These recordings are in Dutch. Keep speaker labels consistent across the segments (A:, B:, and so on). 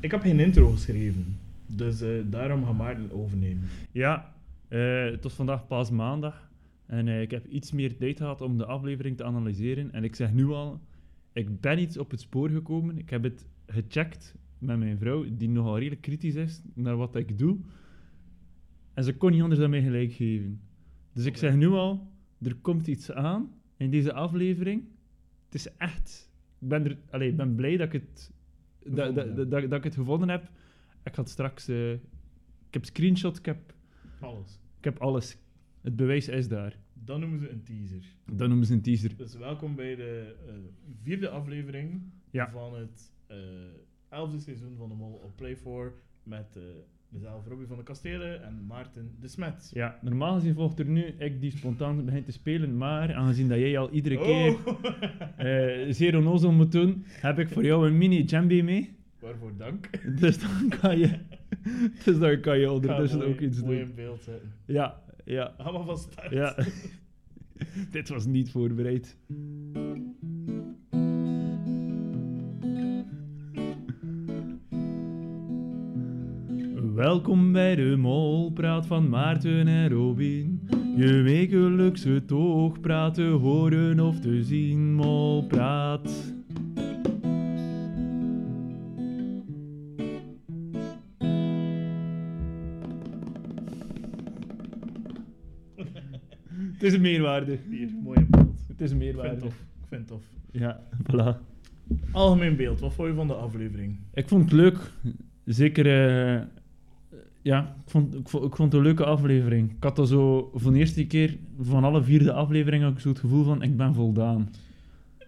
A: Ik heb geen intro geschreven. Dus eh, daarom gaat Maarten overnemen.
B: Ja, eh, het was vandaag pas maandag. En eh, ik heb iets meer tijd gehad om de aflevering te analyseren. En ik zeg nu al, ik ben iets op het spoor gekomen. Ik heb het gecheckt met mijn vrouw, die nogal redelijk kritisch is naar wat ik doe. En ze kon niet anders dan mij gelijk geven. Dus ik zeg nu al, er komt iets aan in deze aflevering. Het is echt... Ik ben, er, allee, ik ben blij dat ik, het, dat,
A: Gevonden
B: dat, dat, dat ik het gevonden heb. Ik ga het straks... eh, ik heb screenshots, ik heb
A: Alles.
B: ik heb alles. Het bewijs is daar.
A: Dan noemen ze een teaser.
B: Dan noemen ze een teaser.
A: Dus welkom bij de eh, vierde aflevering
B: Ja.
A: van het eh, elfde seizoen van de Mol op Play 4 met eh, mezelf Robbie van de Kastelen en Maarten de Smet.
B: Ja, normaal gezien volgt er nu ik die spontaan begint te spelen, maar aangezien dat jij al
A: Oh.
B: iedere keer eh, zeer onnozel moet doen, heb ik voor jou een mini jambi mee.
A: Waarvoor dank.
B: Dus dan kan je, dus dan kan je ondertussen
A: Ga mooi-
B: ook iets
A: mooi
B: doen.
A: in beeld zetten.
B: Ja, ja,
A: Allemaal van start.
B: ja. Dit was niet voorbereid. Welkom bij de Molpraat van Maarten en Robin. Je wekelijkse toogpraat te horen of te zien, Molpraat. Het is een meerwaarde.
A: Hier, mooi in beeld.
B: Het is
A: Ik
B: een
A: vind het
B: meerwaarde.
A: tof. Ik vind het tof.
B: Ja, voilà.
A: Algemeen beeld, wat vond je van de aflevering?
B: Ik vond het leuk. Zeker, eh, ja, ik vond, ik, vond, ik vond het een leuke aflevering. Ik had al zo voor de eerste keer van alle vierde afleveringen ook zo het gevoel van ik ben voldaan.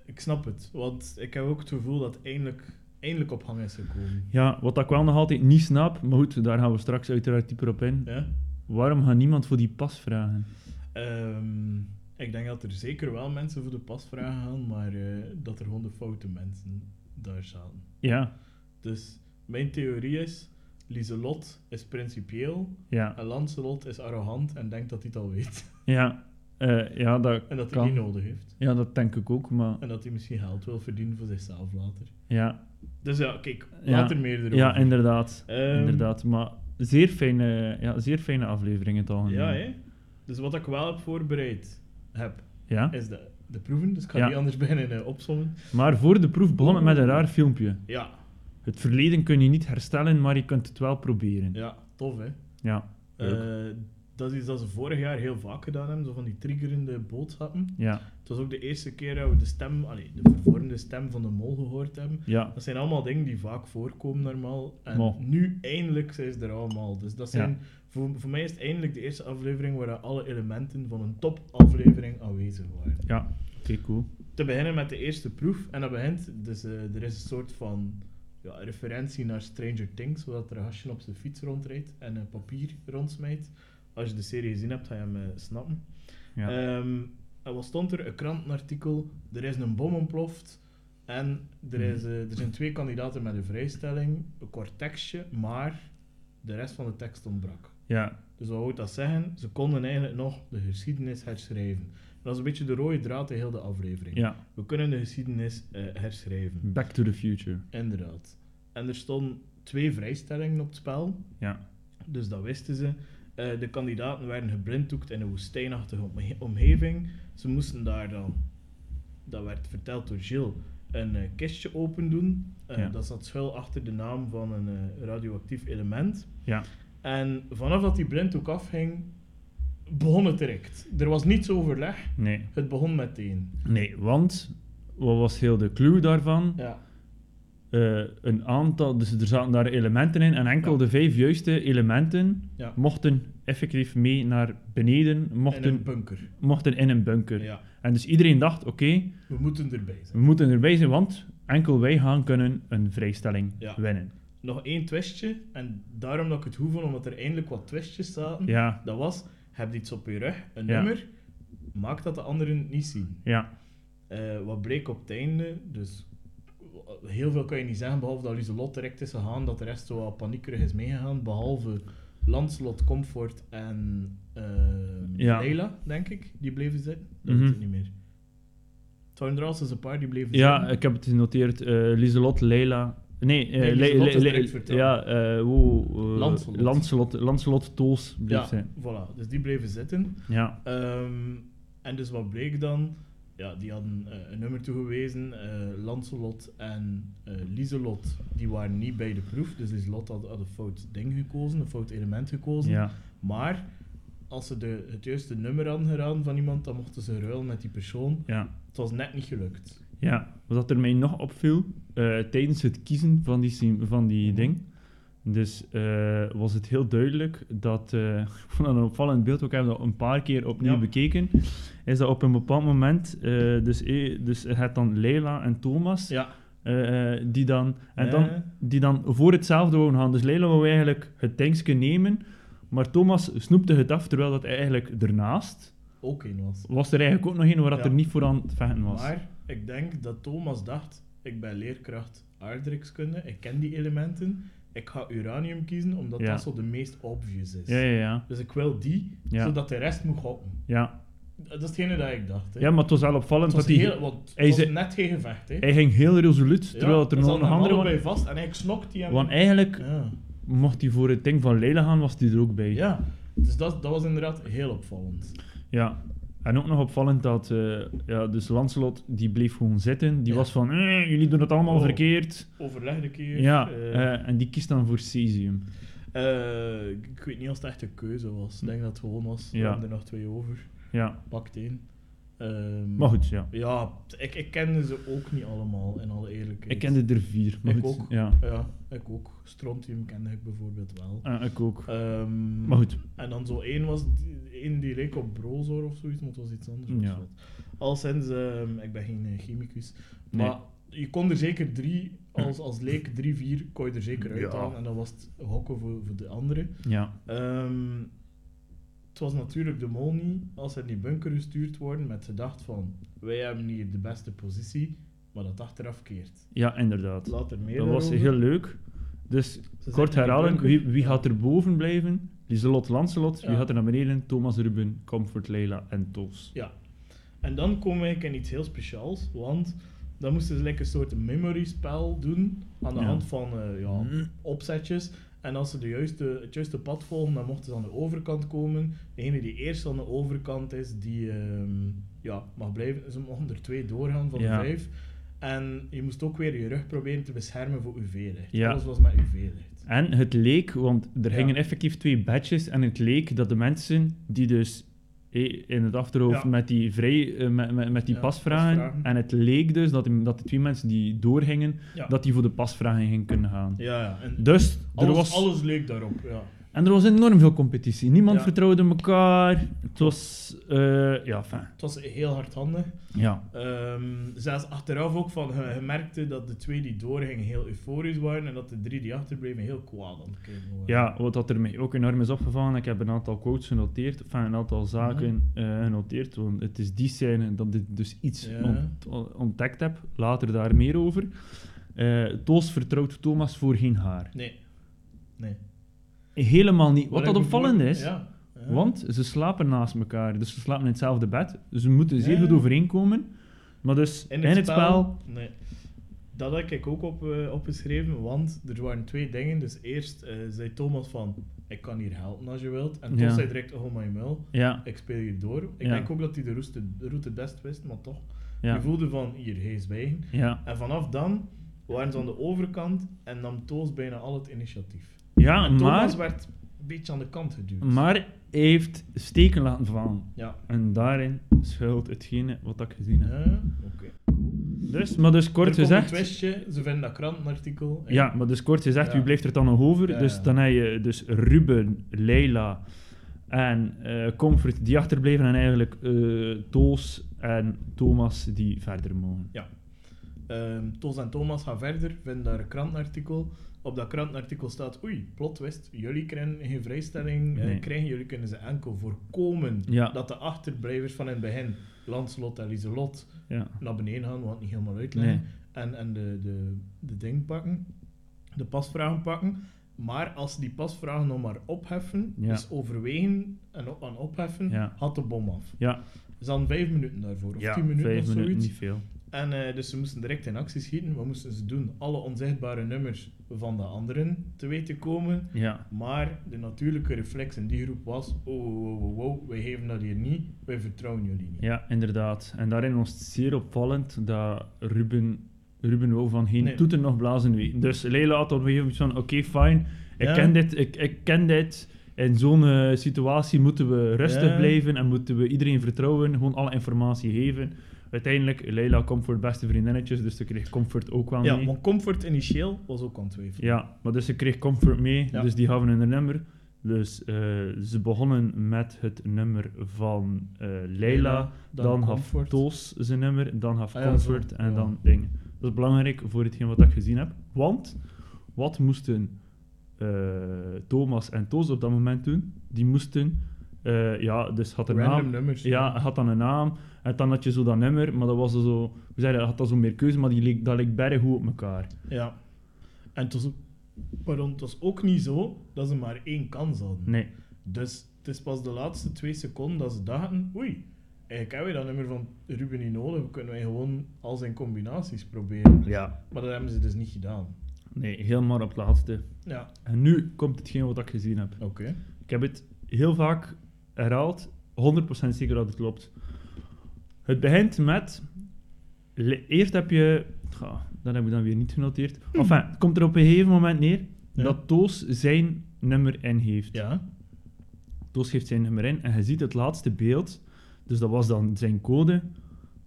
A: Ik snap het, want ik heb ook het gevoel dat het eindelijk, eindelijk op gang is gekomen.
B: Ja, wat ik wel nog altijd niet snap, maar goed, daar gaan we straks uiteraard dieper op in.
A: Ja?
B: Waarom gaat niemand voor die pas vragen?
A: Ehm, ik denk dat er zeker wel mensen voor de pasvragen gaan, maar eh, dat er gewoon de foute mensen daar zaten.
B: Ja,
A: Dus mijn theorie is, Lieselot is principieel
B: ja,
A: en Lancelot is arrogant en denkt dat hij het al weet.
B: ja. Eh, ja, dat,
A: En dat hij
B: Kan.
A: die nodig heeft.
B: ja, dat denk ik ook, maar
A: En dat hij misschien geld wil verdienen voor zichzelf later.
B: ja,
A: Dus ja, kijk,
B: Ja.
A: later meer erover.
B: ja inderdaad.
A: Ehm,
B: Inderdaad, maar zeer fijne, ja, zeer fijne aflevering in het algemeen.
A: Ja, hè? Dus wat ik wel heb voorbereid heb,
B: Ja.
A: is de, de proeven. Dus ik ga
B: Ja.
A: die anders beginnen eh, opzommen.
B: Maar voor de proef begon het met een raar filmpje.
A: Ja,
B: Het verleden kun je niet herstellen, maar je kunt het wel proberen. Ja.
A: ja, tof hè.
B: Ja.
A: Eh, dat is iets dat ze vorig jaar heel vaak gedaan hebben, zo van die triggerende boodschappen.
B: Ja.
A: Het was ook de eerste keer dat we de stem, allee, de vervormde stem van de mol gehoord hebben.
B: Ja.
A: Dat zijn allemaal dingen die vaak voorkomen normaal. En
B: Mol.
A: nu eindelijk zijn ze er allemaal. Dus dat
B: Ja.
A: zijn, voor, voor mij is het eindelijk de eerste aflevering waar alle elementen van een topaflevering aanwezig waren.
B: Oké, cool.
A: te beginnen met de eerste proef. En dat begint, dus eh, er is een soort van ja, referentie naar Stranger Things, zodat er een hasje op zijn fiets rondrijdt en een papier rondsmijt. Als je de serie gezien hebt, ga je hem eh, snappen.
B: Ja.
A: Ehm, en wat stond er? Een krantenartikel. Er is een bom ontploft. En er, is, eh, er zijn twee kandidaten met een vrijstelling. Een kort tekstje, maar de rest van de tekst ontbrak.
B: ja.
A: Dus wat wil dat zeggen? Ze konden eigenlijk nog de geschiedenis herschrijven. Dat is een beetje de rode draad in heel de aflevering.
B: Ja.
A: We kunnen de geschiedenis eh, herschrijven.
B: Back to the future.
A: Inderdaad. En er stonden twee vrijstellingen op het spel,
B: Ja.
A: dus dat wisten ze. Eh, de kandidaten werden geblinddoekt in een woestijnachtige omge- omgeving. Ze moesten daar dan, dat werd verteld door Gilles, een eh, kistje open doen. Eh,
B: Ja.
A: Dat zat schuil achter de naam van een eh, radioactief element.
B: Ja.
A: En vanaf dat die blinddoek afhing, begon het direct. Er was niets overleg,
B: Nee.
A: het begon meteen.
B: Nee, want wat was heel de clue daarvan?
A: Ja,
B: Eh, een aantal, dus er zaten daar elementen in en enkel
A: Ja.
B: de vijf juiste elementen
A: Ja.
B: mochten effectief mee naar beneden,
A: in een
B: mochten,
A: bunker.
B: mochten in een bunker.
A: Ja.
B: En dus iedereen dacht, oké,
A: We moeten erbij zijn.
B: we moeten erbij zijn, want enkel wij gaan kunnen een vrijstelling
A: Ja.
B: winnen.
A: Nog één twistje, en daarom dat ik het goed vond, omdat er eindelijk wat twistjes zaten.
B: Ja,
A: Dat was, heb je iets op je rug, een
B: Ja.
A: nummer, maak dat de anderen het niet zien.
B: ja,
A: Eh, wat bleek op het einde, dus w- heel veel kan je niet zeggen, behalve dat Lieselot direct is gegaan, dat de rest zo wat paniekerig is meegegaan, behalve Lancelot, Comfort en ehm
B: Ja.
A: Leila, denk ik, die bleven zitten. Dat
B: Mhm.
A: weet ik niet meer. Het waren er al eens een paar die bleven
B: ja
A: zitten.
B: ik heb het genoteerd. eh Lieselot, Leila Nee, eh,
A: Nee,
B: Le-
A: Lieselot
B: Le-
A: is
B: Le-
A: direct verteld.
B: ja, eh, wow, eh,
A: Lancelot.
B: Lancelot, Lancelot Toos bleef
A: Ja,
B: zijn.
A: voilà. Dus die bleven zitten.
B: Ja.
A: Ehm, en dus wat bleek dan? Ja, die hadden eh, een nummer toegewezen. eh Lancelot en eh Lieselot, die waren niet bij de proef. Dus Lieselot had, had een fout ding gekozen, een fout element gekozen.
B: ja.
A: Maar als ze de, het juiste nummer hadden geraden van iemand, dan mochten ze ruilen met die persoon.
B: Ja.
A: Het was net niet gelukt.
B: Ja, wat er mij nog opviel eh, tijdens het kiezen van die, sim- van
A: Mhm.
B: die ding. Dus eh, was het heel duidelijk dat, eh, ik vond dat een opvallend beeld, ook hebben dat een paar keer opnieuw
A: Ja.
B: bekeken, is dat op een bepaald moment, eh, dus, eh, dus je hebt dan Leila en Thomas,
A: Ja.
B: eh, eh, die, dan, en
A: Eh,
B: dan, die dan voor hetzelfde wouden gaan. Dus Leila wou eigenlijk het tankje nemen, maar Thomas snoepte het af, terwijl dat eigenlijk ernaast
A: ook één was.
B: was er eigenlijk ook nog een waar dat
A: Ja.
B: er niet voor aan het vechten was.
A: Maar ik denk dat Thomas dacht: ik ben leerkracht aardrijkskunde, ik ken die elementen. Ik ga uranium kiezen omdat
B: Ja.
A: dat zo de meest obvious is.
B: Ja, ja, ja.
A: Dus ik wil die,
B: Ja.
A: zodat de rest moet gokken.
B: ja.
A: Dat is hetgene dat ik dacht. Hè.
B: Ja, maar het was wel opvallend
A: het was,
B: dat hij,
A: heel, want het
B: hij
A: was
B: zei-
A: net geen gevecht. Hè.
B: hij ging heel resoluut, terwijl het er nog een andere was.
A: bij vast en hij snokt die hem.
B: Want eigenlijk
A: ja.
B: mocht hij voor het ding van Leila gaan, was hij er ook bij.
A: ja, dus dat, dat was inderdaad heel opvallend.
B: Ja. En ook nog opvallend dat, eh, ja, dus Lancelot, die bleef gewoon zitten. Die
A: Ja.
B: was van, "Eh, jullie doen het allemaal
A: Oh.
B: verkeerd.
A: Overleg een keer.
B: Ja,
A: eh,
B: eh, en die kiest dan voor Cesium.
A: eh, ik weet niet of het echt een keuze was. Ik denk dat het gewoon was. We
B: Ja.
A: hebben er nog twee over.
B: Ja,
A: Pakt één. Ehm,
B: maar goed, ja.
A: Ja, ik, ik kende ze ook niet allemaal, in alle eerlijkheid.
B: Ik kende er vier. Maar
A: Ik
B: goed,
A: ook.
B: Ja,
A: Ja, ik ook. Strontium kende ik bijvoorbeeld wel.
B: Eh, ik ook.
A: Ehm,
B: Maar goed,
A: En dan zo één was, die- één die leek op Brozor of zoiets, maar het was iets anders.
B: Ja.
A: Ja. Al sinds, ehm, ik ben geen eh, chemicus,
B: Nee. Hm.
A: maar je kon er zeker drie, als, als leek drie, vier, kon je er zeker
B: Ja.
A: uithalen. En dat was het hokken voor, voor de anderen.
B: ja.
A: Ehm, het was natuurlijk de mol niet als ze in die bunker gestuurd worden met gedacht van wij hebben hier de beste positie, maar dat achteraf keert.
B: Ja, inderdaad.
A: Later meer
B: Dat was
A: daarover.
B: heel leuk.
A: Ze
B: Dus
A: zitten in
B: Kort
A: die
B: herhalen,
A: bunker.
B: wie, wie gaat er boven blijven? Lieselot Lancelot. Wie
A: Ja.
B: gaat er naar beneden? Thomas Ruben, Comfort Leila en Toos.
A: En dan komen we eigenlijk in iets heel speciaals, want dan moesten ze like een soort memory spel doen aan de
B: Ja. Mm.
A: hand van eh, ja, opzetjes. En als ze de juiste, het juiste pad volgen, dan mochten ze aan de overkant komen. Degene die eerst aan de overkant is, die ehm, ja, mag blijven. Ze mochten er twee doorgaan van
B: Ja.
A: de vijf. En je moest ook weer je rug proberen te beschermen voor UV-licht.
B: Ja.
A: Alles was met UV-licht.
B: En het leek, want er
A: Ja.
B: gingen effectief twee badges en het leek dat de mensen die dus eh, in het achterhoofd
A: Ja.
B: met die, vrij, eh, met, met, met die
A: Ja,
B: pasvragen,
A: pasvragen.
B: en het leek dus dat, die- dat de twee mensen die doorgingen,
A: Ja.
B: dat die voor de pasvragen gingen kunnen gaan.
A: Ja, ja. En
B: Dus
A: alles,
B: er was,
A: alles leek daarop. Ja.
B: en er was enorm veel competitie. Niemand
A: Ja.
B: vertrouwde elkaar. Het was, eh, ja, fijn.
A: Het was heel hardhandig.
B: Ja,
A: Ehm, zelfs achteraf ook van, je, je merkte dat de twee die doorgingen heel euforisch waren en dat de drie die achterbleven heel kwaad aan het kijken waren.
B: Ja, wat dat er mij ook enorm is opgevallen, ik heb een aantal quotes genoteerd, enfin een aantal zaken eh, genoteerd, want het is die scène dat ik dus iets
A: Mhm. Ja.
B: ont- on- ontdekt heb, later daar meer over. Eh, Toos vertrouwt Thomas voor geen haar.
A: Nee. Nee.
B: Helemaal niet. Wat
A: ik
B: dat
A: me
B: opvallend
A: voor-
B: is,
A: Ja. Ja.
B: want ze slapen naast elkaar, dus ze slapen in hetzelfde bed, dus ze moeten zeer
A: Ja.
B: goed overeenkomen. Maar dus in het, spel,
A: Nee. Dat had ik ook op, eh, opgeschreven, want er waren twee dingen. Dus eerst eh, zei Thomas van, ik kan hier helpen als je wilt. En Tom
B: Ja.
A: zei direct, oh my muil,
B: ja,
A: ik speel hier door. Ik
B: Ja.
A: denk ook dat hij de route, de route best wist, maar toch.
B: ja,
A: Je voelde van, hier, hij is bij.
B: ja.
A: En vanaf dan waren ze aan de overkant en nam Toos bijna al het initiatief.
B: Ja,
A: en
B: maar,
A: Thomas werd een beetje aan de kant geduwd.
B: maar hij heeft steken laten vallen.
A: Ja.
B: En daarin schuilt hetgene wat ik gezien heb.
A: Ja, Oké.
B: Dus, maar dus
A: Er
B: kort
A: komt een
B: gezegd...
A: twistje, ze vinden dat krantenartikel. en-
B: Ja, maar dus kort gezegd,
A: Ja.
B: wie blijft er dan nog over?
A: Ja,
B: Dus
A: ja.
B: dan heb je dus Ruben, Leila en eh, Comfort die achterbleven. En eigenlijk eh Toos en Thomas die verder mogen.
A: Ehm, Toos en Thomas gaan verder, vinden daar een krantenartikel. Op dat krantenartikel staat, oei, plot twist, jullie krijgen geen vrijstelling eh,
B: Nee.
A: krijgen. Jullie kunnen ze enkel voorkomen
B: Ja.
A: dat de achterblijvers van in het begin, Lancelot en Lieselot,
B: Ja.
A: naar beneden gaan, want het niet helemaal uitleggen.
B: Nee.
A: En, en de, de, de ding pakken, de pasvragen pakken. Maar als ze die pasvragen nog maar opheffen,
B: Ja.
A: dus overwegen en op, aan opheffen,
B: Ja.
A: had de bom af.
B: Ja,
A: Dus dan vijf minuten daarvoor, of
B: ja
A: tien minuten
B: vijf
A: of
B: minuten,
A: zoiets.
B: niet veel.
A: En eh, dus ze moesten direct in actie schieten. Wat moesten ze doen? Alle onzichtbare nummers van de anderen te weten komen.
B: Ja.
A: Maar de natuurlijke reflex in die groep was: oh, wow, wow, wow, wow, wij geven dat hier niet, wij vertrouwen jullie niet.
B: ja, inderdaad. En daarin was het zeer opvallend dat Ruben, Ruben wou van geen
A: Nee.
B: toeten nog blazen weten. Dus Leila had op een gegeven moment van, oké, fijn, ik
A: Ja.
B: ken dit, ik, ik ken dit. In zo'n eh, situatie moeten we rustig
A: Ja.
B: blijven en moeten we iedereen vertrouwen, gewoon alle informatie geven. Uiteindelijk, Leila comfort beste vriendinnetjes, dus ze kreeg comfort ook wel
A: Ja,
B: mee.
A: want comfort initieel was ook aan het twijfelen.
B: Ja, maar dus ze kreeg comfort mee,
A: Ja.
B: dus die gaven hun nummer. Dus eh, ze begonnen met het nummer van eh Leila, dan, gaf
A: comfort.
B: Toos zijn nummer, dan gaf
A: Ah ja,
B: Comfort
A: zo,
B: en
A: ja.
B: dan Ding. Dat is belangrijk voor hetgeen wat ik gezien heb. Want, wat moesten eh, Thomas en Toos op dat moment doen? Die moesten, eh, ja, dus had een naam,
A: Random nummers.
B: ja, hij had dan een naam. En dan had je zo dat nummer, maar dat was zo- zo... We zeiden, hij had dan zo meer keuze, maar die leek, dat leek berg goed op elkaar.
A: ja. En het was, ook, pardon, het was ook niet zo dat ze maar één kans hadden.
B: Nee.
A: Dus het is pas de laatste twee seconden dat ze dachten: oei, eigenlijk hebben we dat nummer van Ruben niet nodig, kunnen wij gewoon al zijn combinaties proberen.
B: Ja.
A: Maar dat hebben ze dus niet gedaan.
B: Nee, helemaal op het laatste.
A: Ja,
B: En nu komt hetgeen wat ik gezien heb.
A: oké.
B: Ik heb het heel vaak herhaald, 100% zeker dat het klopt. Het begint met. le- Eerst heb je. Goh, dat heb ik dan weer niet genoteerd. Enfin, het komt er op een gegeven moment neer
A: Hmm. Ja.
B: dat Toos zijn nummer in heeft.
A: Ja,
B: Toos geeft zijn nummer in en je ziet het laatste beeld, dus dat was dan zijn code,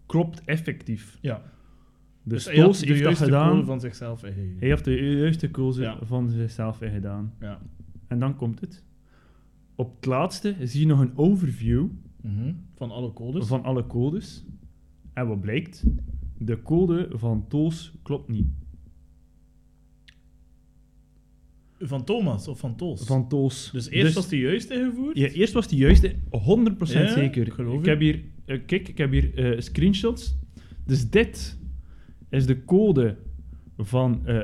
B: klopt effectief.
A: ja.
B: Dus,
A: hij
B: Toos
A: had de
B: heeft dat
A: juiste
B: gedaan.
A: code van zichzelf ingegeven.
B: Hij heeft de juiste keuze
A: Ja.
B: van zichzelf in gedaan.
A: Ja.
B: En dan komt het. Op het laatste zie je nog een overview
A: Mhm. Van alle codes.
B: van alle codes. En wat blijkt? De code van Toos klopt niet.
A: Van Thomas of van Toos.
B: Van Toos.
A: Dus eerst was die juist ingevoerd.
B: ja, eerst was die juiste, 100%
A: Ja,
B: zeker.
A: ik geloof
B: ik
A: je.
B: heb hier, eh, kijk, ik heb hier eh, screenshots. Dus dit is de code van eh,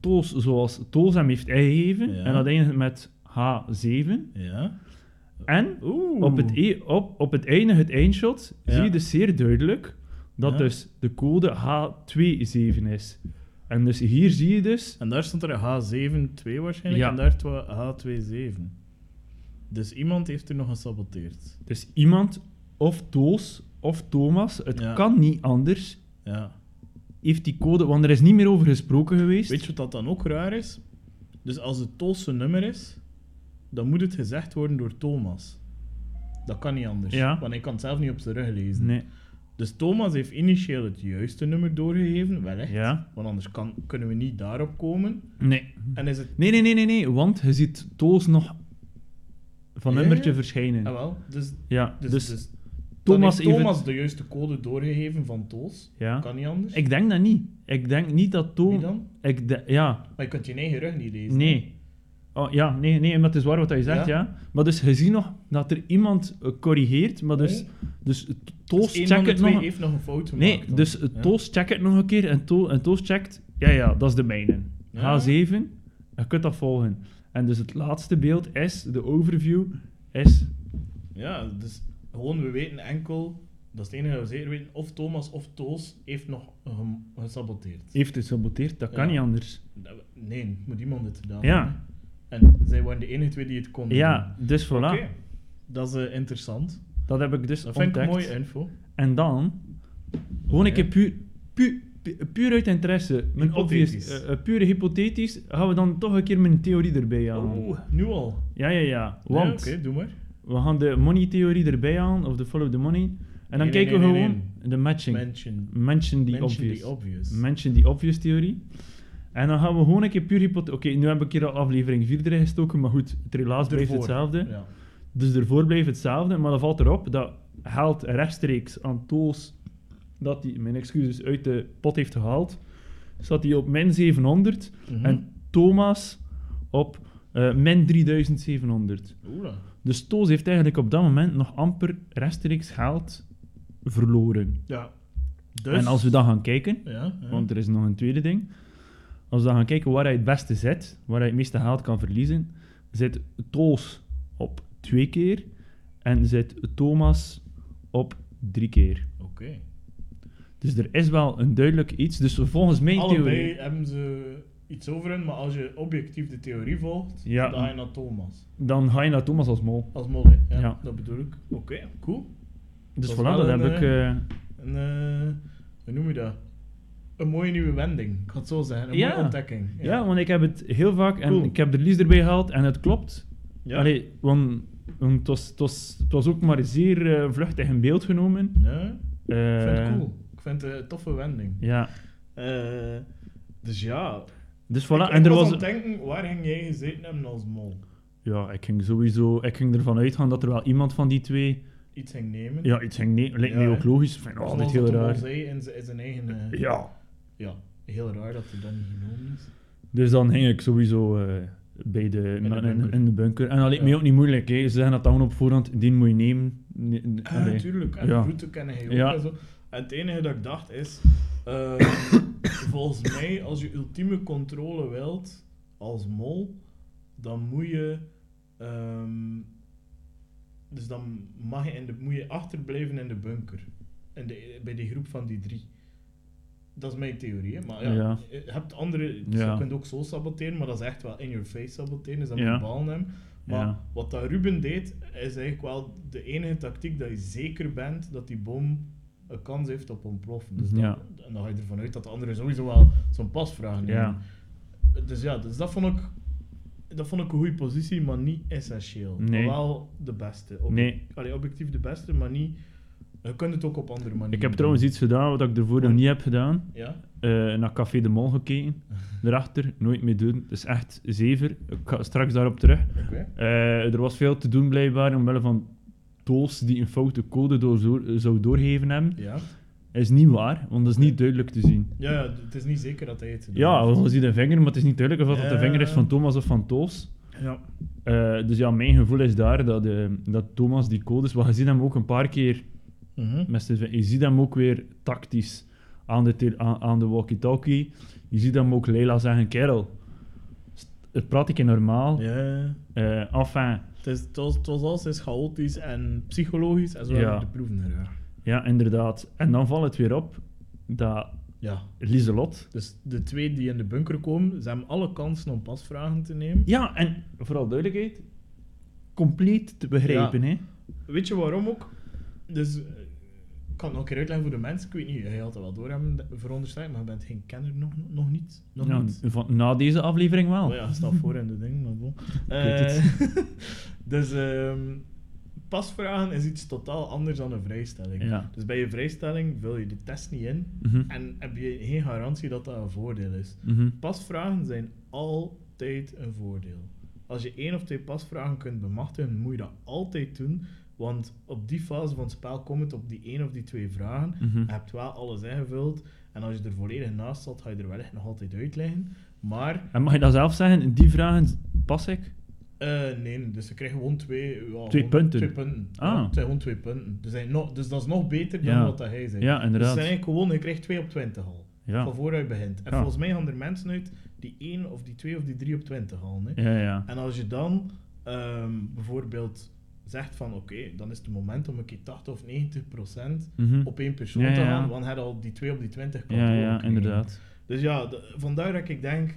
B: Toos zoals Toos hem heeft ingegeven.
A: Ja.
B: En dat eindigt met H7.
A: Ja.
B: En
A: Oeh.
B: op het, e- op, op het einde, het eindshot,
A: Ja.
B: zie je dus zeer duidelijk dat
A: Ja.
B: dus de code H27 is. En dus hier zie je dus...
A: En daar stond er H72 waarschijnlijk.
B: Ja.
A: En daar twa- H27. Dus iemand heeft er nog gesaboteerd.
B: Dus iemand, of Toos, of Thomas, het
A: Ja.
B: kan niet anders,
A: Ja.
B: heeft die code... Want er is niet meer over gesproken geweest.
A: Weet je wat dat dan ook raar is? Dus als het Toos zijn nummer is, dan moet het gezegd worden door Thomas. Dat kan niet anders.
B: Ja.
A: Want hij kan het zelf niet op zijn rug lezen.
B: Nee.
A: Dus Thomas heeft initieel het juiste nummer doorgegeven, wel echt.
B: Ja.
A: Want anders kan, kunnen we niet daarop komen.
B: Nee.
A: En is het...
B: Nee, nee, nee, nee, nee, want je ziet Toos nog van
A: Ja,
B: nummertje
A: ja.
B: verschijnen.
A: Ah, wel. Dus,
B: Ja,
A: dus,
B: dus,
A: dus,
B: Thomas
A: Thomas,
B: even-
A: Thomas de juiste code doorgegeven van Toos.
B: Ja.
A: Kan niet anders.
B: Ik denk dat niet. Ik denk niet dat Toos...
A: Wie dan?
B: Ik de- ja,
A: Maar je kunt je eigen rug niet lezen.
B: Nee. Oh, ja, nee, nee, maar het is waar wat je zegt, ja.
A: Ja?
B: Maar dus je ziet nog dat er iemand eh, corrigeert, maar dus...
A: Oh.
B: Dus Toos
A: Dus één van
B: check
A: de
B: het
A: twee
B: nog...
A: heeft nog een fout gemaakt.
B: Nee,
A: dan.
B: dus eh,
A: Ja.
B: Toos check het nog een keer en, to en Toos checkt... Ja, ja, dat is de mijne.
A: Ja.
B: H7, je kunt dat volgen. En dus het laatste beeld is, de overview, is...
A: Ja, dus gewoon, we weten enkel... Dat is het enige dat we zeker weten. Of Thomas of Toos heeft nog gem- gesaboteerd.
B: Heeft het saboteerd, dat kan
A: Ja.
B: niet anders.
A: Dat- Nee, moet iemand dit gedaan
B: Ja,
A: hebben. En zij waren de enige twee die het konden.
B: ja dus voilà.
A: Oké. Dat is eh, interessant.
B: Dat heb ik dus
A: Dat vind
B: ontdekt.
A: ik mooie info.
B: En dan, gewoon een
A: Oké.
B: keer puur, puur, pu- puur uit interesse, mijn obvious,
A: Hypothetisch.
B: eh, eh, puur hypothetisch, gaan we dan toch een keer mijn theorie erbij halen.
A: Oeh, nu al.
B: Ja, ja, ja.
A: Nee,
B: Want
A: Oké, doe maar.
B: we gaan de money-theorie erbij halen, of de follow the money. En dan
A: nee,
B: kijken we
A: nee, nee,
B: gewoon de matching.
A: Mention.
B: Mention die
A: mention
B: obvious.
A: the obvious.
B: Mention die obvious theorie. En dan gaan we gewoon een keer puur hypothetisch... Oké, nu heb ik hier al aflevering 4 erin gestoken, maar goed, het relaas blijft
A: Ervoor.
B: hetzelfde.
A: Ja.
B: Dus ervoor bleef hetzelfde, maar dan valt erop dat haalt rechtstreeks aan Toos dat hij, mijn excuses, uit de pot heeft gehaald. Zat hij op min 700
A: Mhm.
B: en Thomas op eh, min 3700.
A: Oeh,
B: Dus Toos heeft eigenlijk op dat moment nog amper rechtstreeks geld verloren.
A: Ja. Dus...
B: En als we dan gaan kijken,
A: Ja, ja.
B: want er is nog een tweede ding. Als we dan gaan kijken waar hij het beste zit, waar hij het meeste geld kan verliezen, zit Toos op twee keer en zit Thomas op drie keer.
A: Oké.
B: Dus er is wel een duidelijk iets. Dus volgens mijn
A: Allebei
B: theorie...
A: hebben ze iets over hun, maar als je objectief de theorie volgt,
B: Ja.
A: dan ga je naar Thomas.
B: Dan ga je naar Thomas als mol.
A: Als mol, hè? ja,
B: Ja.
A: dat bedoel ik. Oké, cool.
B: Dus
A: Dat is
B: voilà, dat
A: wel
B: heb
A: een,
B: ik... eh,
A: En, eh, hoe noem je dat? Een mooie nieuwe wending, ik ga het zo zeggen. Een
B: Ja.
A: mooie ontdekking.
B: ja. want ik heb het heel vaak... En
A: Cool.
B: ik heb de Lies erbij gehaald en het klopt.
A: Ja.
B: Allee, want... want Het was, het, was, het was ook maar zeer eh, vluchtig in beeld genomen.
A: Nee, ik vind
B: Eh,
A: het cool. Ik vind het een toffe wending.
B: Ja,
A: Eh, dus ja,
B: dus voilà.
A: ik, ik
B: en er
A: was
B: was,
A: aan het denken, waar ging jij gezeten hebben als mol?
B: Ja, ik ging sowieso... Ik ging ervan uitgaan dat er wel iemand van die twee...
A: Iets ging nemen?
B: Ja, iets ging... Nee, lijkt
A: Ja,
B: mij
A: hè.
B: ook logisch. Ik vind het
A: Zoals
B: altijd
A: dat
B: heel
A: de mol
B: raar.
A: zei in zijn- in zijn eigen... eh,
B: Ja.
A: ja, heel raar dat hij dan niet genomen is.
B: Dus dan hing ik sowieso eh, bij de,
A: de
B: in, de in,
A: bunker.
B: de bunker. En dat leek
A: Ja.
B: mij ook niet moeilijk. Hè. Ze zeggen dat dan gewoon op voorhand, die moet je nemen. Nee, nee,
A: Ja,
B: allee.
A: natuurlijk. Ah, En
B: Ja.
A: de route kennen hij ook
B: Ja.
A: en zo. En het enige dat ik dacht is... eh, volgens mij, als je ultieme controle wilt als mol, dan moet je... ehm, dus dan mag je in de, moet je achterblijven in de bunker. In de, bij die groep van die drie. Dat is mijn theorie, hè. maar ja,
B: Ja.
A: je hebt andere, dus
B: Ja.
A: je kunt ook zo saboteren, maar dat is echt wel in your face saboteren, dus dan moet
B: Ja.
A: je ballen hebben. Maar
B: Ja.
A: wat dat Ruben deed, is eigenlijk wel de enige tactiek dat je zeker bent dat die bom een kans heeft op ontploffen. Dus dan,
B: Ja.
A: En dan ga je ervan uit dat de anderen sowieso wel zo'n pasvraag nemen.
B: Ja.
A: Dus ja, dus dat vond ik, dat vond ik een goede positie, maar niet essentieel.
B: Nee.
A: Maar wel de beste. Ob-
B: Nee.
A: Allee, objectief de beste, maar niet... Je kunt het ook op andere manieren
B: Ik heb
A: doen.
B: trouwens iets gedaan wat ik ervoor nog niet heb gedaan.
A: Ja?
B: Eh, naar Café de Mol gekeken. Daarachter, nooit meer doen. Dat is echt zever. Ik ga straks daarop terug.
A: Oké.
B: Eh, er was veel te doen blijkbaar, omwille van tools die een foute code doorzo- zou doorgeven hebben.
A: Ja.
B: Dat is niet waar, want dat is niet duidelijk te zien.
A: Ja, ja, d- het is niet zeker dat hij het gedaan
B: Ja,
A: heeft.
B: want je ziet een vinger, maar het is niet duidelijk of dat de
A: Ja.
B: vinger is van Thomas of van Toos.
A: Ja.
B: Eh, dus ja, mijn gevoel is daar dat, eh, dat Thomas die codes... Want je ziet hem ook een paar keer...
A: Mhm.
B: Met zijn, je ziet hem ook weer tactisch aan de, tele- aan, aan de walkie-talkie. Je ziet hem ook Leila zeggen, kerel, st- het praat ik je normaal.
A: Ja.
B: Eh, enfin,
A: Het, is, het, was, het was alles is chaotisch en psychologisch en zo
B: Ja.
A: hebben we de proeven gedaan.
B: ja, inderdaad. En dan valt het weer op dat
A: Ja,
B: Lieselot...
A: dus de twee die in de bunker komen, ze hebben alle kansen om pasvragen te nemen.
B: Ja, en vooral duidelijkheid, compleet te begrijpen, hè.
A: Weet je waarom ook? Dus eh, ik kan het nog een keer uitleggen voor de mensen. Ik weet niet, jij had het wel door hebben, veronderstel ik, maar je bent geen kenner nog, nog niet. Nog
B: Ja,
A: niet.
B: van, na deze aflevering wel.
A: Oh ja, stap voor in de ding, maar bon.
B: weet
A: Eh, dus ehm, pasvragen is iets totaal anders dan een vrijstelling.
B: Ja.
A: Dus bij je vrijstelling vul je de test niet in
B: Mhm.
A: en heb je geen garantie dat dat een voordeel is.
B: Mhm.
A: Pasvragen zijn altijd een voordeel. Als je één of twee pasvragen kunt bemachtigen, moet je dat altijd doen. Want op die fase van het spel komt het op die één of die twee vragen.
B: Mhm.
A: Je hebt wel alles ingevuld. En als je er volledig naast zat, ga je er wel echt nog altijd uitleggen. Maar
B: En mag je dat zelf zeggen? Die vragen pas ik?
A: eh, nee, dus je krijgt gewoon twee... ja, gewoon
B: punten.
A: Twee punten.
B: Ah.
A: Ja, het zijn gewoon twee punten. Dus, hij- no- dus dat is nog beter dan
B: Ja.
A: wat dat hij zei.
B: Ja,
A: dus het
B: inderdaad.
A: zijn eigenlijk gewoon, je krijgt twee op twintig al.
B: Ja,
A: Van vooruit begint. En
B: Ja.
A: volgens mij gaan er mensen uit die één of die twee of die drie op twintig halen. Hè.
B: ja, ja.
A: En als je dan ehm, bijvoorbeeld zegt van oké, dan is het moment om een keer 80 of 90 procent
B: Mhm.
A: op één persoon
B: Ja,
A: te
B: ja,
A: gaan,
B: ja.
A: want hij had al die twee op die 20 kan
B: Ja,
A: het ook
B: ja,
A: krijgen.
B: inderdaad.
A: Dus ja, de- vandaar dat ik denk,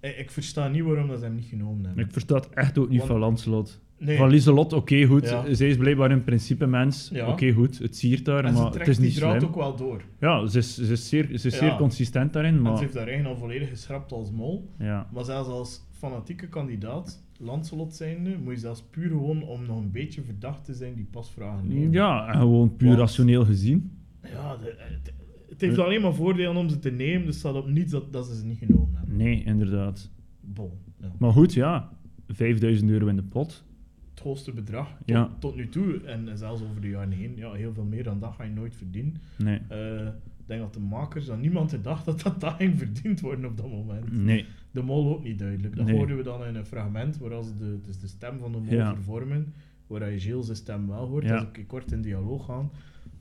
A: eh, ik versta niet waarom dat ze hem niet genomen hebben.
B: Ik versta het echt ook niet
A: Want-
B: van Lancelot.
A: nee.
B: Van Lieselot, oké, goed.
A: Ja.
B: Zij is blijkbaar een principe mens.
A: Ja.
B: Oké, goed. Het siert daar,
A: en ze
B: maar het is
A: trekt
B: niet
A: die draad
B: slim.
A: ook wel door.
B: Ja, ze is, ze is zeer, ze is
A: Ja.
B: zeer consistent daarin,
A: En ze
B: maar...
A: heeft daar eigenlijk al volledig geschrapt als mol.
B: Ja.
A: Maar zelfs als fanatieke kandidaat, Lancelot zijnde, moet je zelfs puur gewoon om nog een beetje verdacht te zijn die pasvragen nemen.
B: ja, en gewoon puur
A: Want-
B: rationeel gezien.
A: Ja, de- eh, het, het heeft alleen maar voordelen om ze te nemen, dus het staat op niets dat, dat ze ze niet genomen hebben.
B: Nee, inderdaad.
A: Bon. Ja.
B: Maar goed, ja. 5000 euro in de pot.
A: Het hoogste bedrag tot,
B: Ja.
A: tot nu toe, en en zelfs over de jaren heen, ja, heel veel meer dan dat ga je nooit verdienen.
B: Nee.
A: Eh, ik denk dat de makers aan niemand gedacht dat dat, dat ging verdiend worden op dat moment.
B: Nee.
A: De mol ook niet duidelijk. Dat
B: Nee.
A: hoorden we dan in een fragment, waar als de, dus de stem van de mol
B: Ja.
A: vervormen, waar je Gilles' zijn stem wel hoort,
B: Ja.
A: als ik kort in dialoog gaan.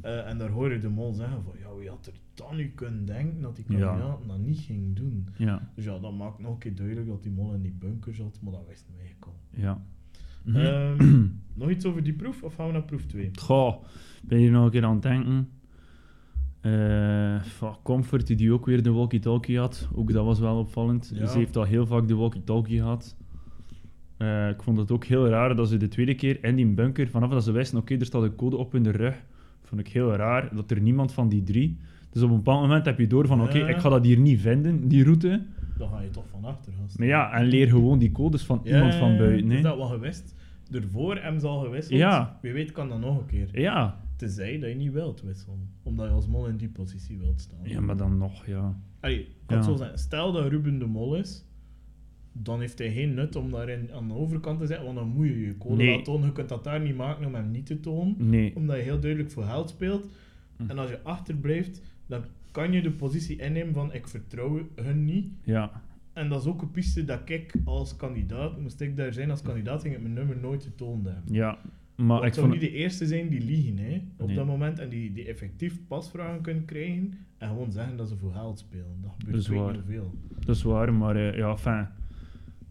A: Eh, en daar hoor je de mol zeggen van, ja, wie had er dan nu kunnen denken dat die
B: Ja.
A: kandidaat dat niet ging doen?
B: Ja.
A: Dus ja, dat maakt nog een keer duidelijk dat die mol in die bunker zat, maar dat wisten we eigenlijk al.
B: Ja. Mhm.
A: Ehm, nog iets over die proef, of gaan we naar proef 2?
B: Goh, ben je hier nog een keer aan het denken? Eh, van Comfort, die ook weer de walkie-talkie had. Ook dat was wel opvallend.
A: Ja.
B: Ze heeft al heel vaak de walkie-talkie gehad. Eh, ik vond het ook heel raar dat ze de tweede keer in die bunker, vanaf dat ze wisten, oké, er staat een code op in de rug, vond ik heel raar dat er niemand van die drie... Dus op een bepaald moment heb je door van, oké,
A: Ja.
B: ik ga dat hier niet vinden, die route.
A: Dan ga je toch van achter gaan
B: Maar ja, en leer gewoon die codes van
A: Ja,
B: iemand van buiten.
A: het
B: hè.
A: Is dat wel gewist? Ervoor hebben ze al gewisseld.
B: Ja.
A: Wie weet kan dat nog een keer.
B: Ja.
A: Tenzij dat je niet wilt wisselen. Omdat je als mol in die positie wilt staan.
B: ja, maar dan nog, ja.
A: Allee, ik kan het
B: Ja.
A: zo zeggen. Stel dat Ruben de mol is, dan heeft hij geen nut om daarin aan de overkant te zetten, want dan moet je je code
B: Nee.
A: laten tonen. Je kunt dat daar niet maken om hem niet te tonen,
B: Nee.
A: omdat je heel duidelijk voor geld speelt.
B: Hm.
A: En als je achterblijft, dan kan je de positie innemen van ik vertrouw hun niet.
B: Ja.
A: En dat is ook een piste dat ik als kandidaat, moest ik daar zijn als
B: Hm.
A: kandidaat, ging ik mijn nummer nooit getoond hebben.
B: Ja. Maar
A: Want
B: ik
A: ik zou
B: vond...
A: niet de eerste zijn die liegen hè, op
B: Nee.
A: dat moment en die, die effectief pasvragen kunnen krijgen en gewoon zeggen dat ze voor geld spelen. Dat
B: Dat
A: gebeurt
B: is
A: twee
B: waar.
A: keer veel.
B: Dat is waar, maar eh, ja, fijn.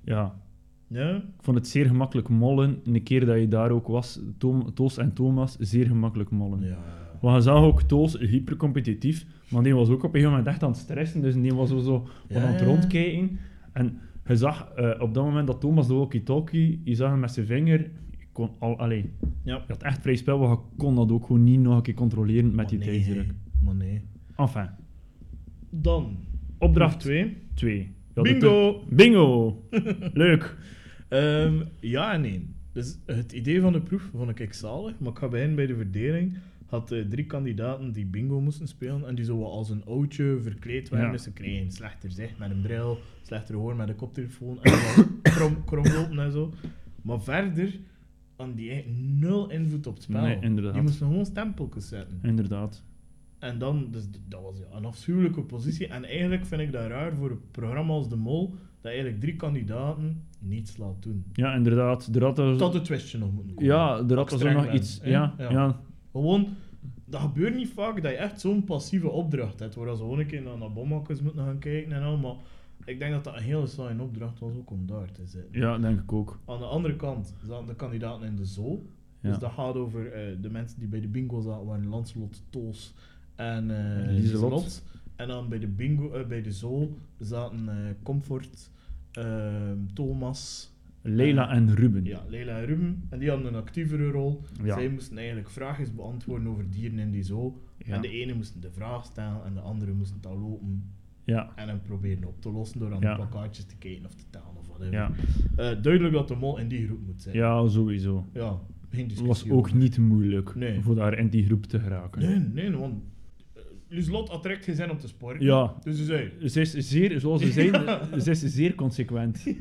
B: Ja,
A: Ja,
B: ik vond het zeer gemakkelijk mollen. En de keer dat je daar ook was, Tom, Toos en Thomas, zeer gemakkelijk mollen.
A: ja.
B: Want je zag ook Toos hypercompetitief, maar die was ook op een gegeven moment echt aan het stressen, dus die was zo, zo
A: Ja,
B: aan het
A: ja.
B: rondkijken. En je zag eh, op dat moment dat Thomas de walkie-talkie, je zag hem met zijn vinger, je kon al, allee,
A: ja.
B: je had echt vrij spel, maar je kon dat ook gewoon niet nog een keer controleren met die
A: Maar Oh, nee,
B: tijdsdruk.
A: hè. Maar nee.
B: Enfin,
A: Dan, opdracht
B: opdracht
A: 2.
B: 2.
A: Bingo!
B: Bingo! Leuk!
A: Ehm, ja en nee. Dus het idee van de proef vond ik zalig, maar ik ga beginnen bij de verdeling. Had eh, drie kandidaten die bingo moesten spelen en die zo wat als een oudje verkleed waren.
B: Ja.
A: Dus ze kregen slechter zicht met een bril, slechter hoor met een koptelefoon en wat krom, kromlopen en zo. Maar verder had die eigenlijk nul invloed op het spel.
B: Nee, inderdaad.
A: Die moesten gewoon stempeltjes zetten.
B: Inderdaad.
A: En dan, dus d- dat was ja, een afschuwelijke positie. En eigenlijk vind ik dat raar voor een programma als De Mol, dat eigenlijk drie kandidaten niets laat doen.
B: Ja, inderdaad. Er had er-
A: Tot het twistje nog moeten komen.
B: ja, er
A: Ook
B: had er zo
A: streng
B: nog
A: ben,
B: iets.
A: hè?
B: Ja,
A: Ja.
B: ja.
A: Gewoon, dat gebeurt niet vaak dat je echt zo'n passieve opdracht hebt, waar ze gewoon een keer naar, naar bommakjes moeten gaan kijken en al, maar ik denk dat dat een hele saaie opdracht was ook om daar te zitten.
B: Ja, denk ik ook.
A: Aan de andere kant zaten de kandidaten in de zoo. Dus
B: Ja.
A: dat gaat over eh, de mensen die bij de bingo zaten, waren Lancelot, Toos en eh
B: Lieselot.
A: Lieselot. En dan bij de, bingo, eh, bij de zoo zaten eh, Comfort, ehm, Thomas,
B: Leila en Ruben.
A: ja, Leila en Ruben. En die hadden een actievere rol.
B: Ja.
A: Zij moesten eigenlijk vraagjes beantwoorden over dieren in die zoo.
B: Ja.
A: En de ene moest de vraag stellen en de andere moest het al lopen
B: Ja.
A: en hem proberen op te lossen door aan
B: Ja.
A: de plakkaatjes te kijken of te tellen of whatever.
B: Ja.
A: Eh, duidelijk dat de mol in die groep moet zijn.
B: ja, sowieso.
A: Ja, geen
B: Het
A: discussie.
B: was ook
A: over.
B: niet moeilijk
A: Nee.
B: voor daar in die groep te geraken.
A: Nee, nee, want eh, Lieslot had direct geen zin om te sporten.
B: Ja.
A: Dus ze zei,
B: Ze is zeer, zoals ze zijn, ze is zeer consequent. Ze
A: ik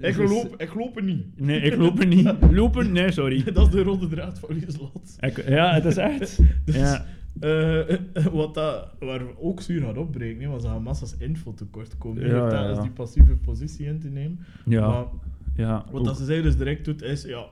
B: Dus is-
A: loop, ik loop er niet.
B: Nee, ik loop er niet. Lopen? Nee, sorry.
A: Dat is de rode draad van Lieslot.
B: Ik- ja, het is echt.
A: Dus,
B: Ja.
A: eh, wat dat, waar we ook zuur gaat opbreken, hè, want ze gaan massa's info tekort komen.
B: Ja,
A: Ja, ja,
B: ja, ja.
A: die passieve positie in te nemen.
B: Ja,
A: Maar
B: ja.
A: wat dat
B: ook.
A: ze zij dus direct doet, is ja,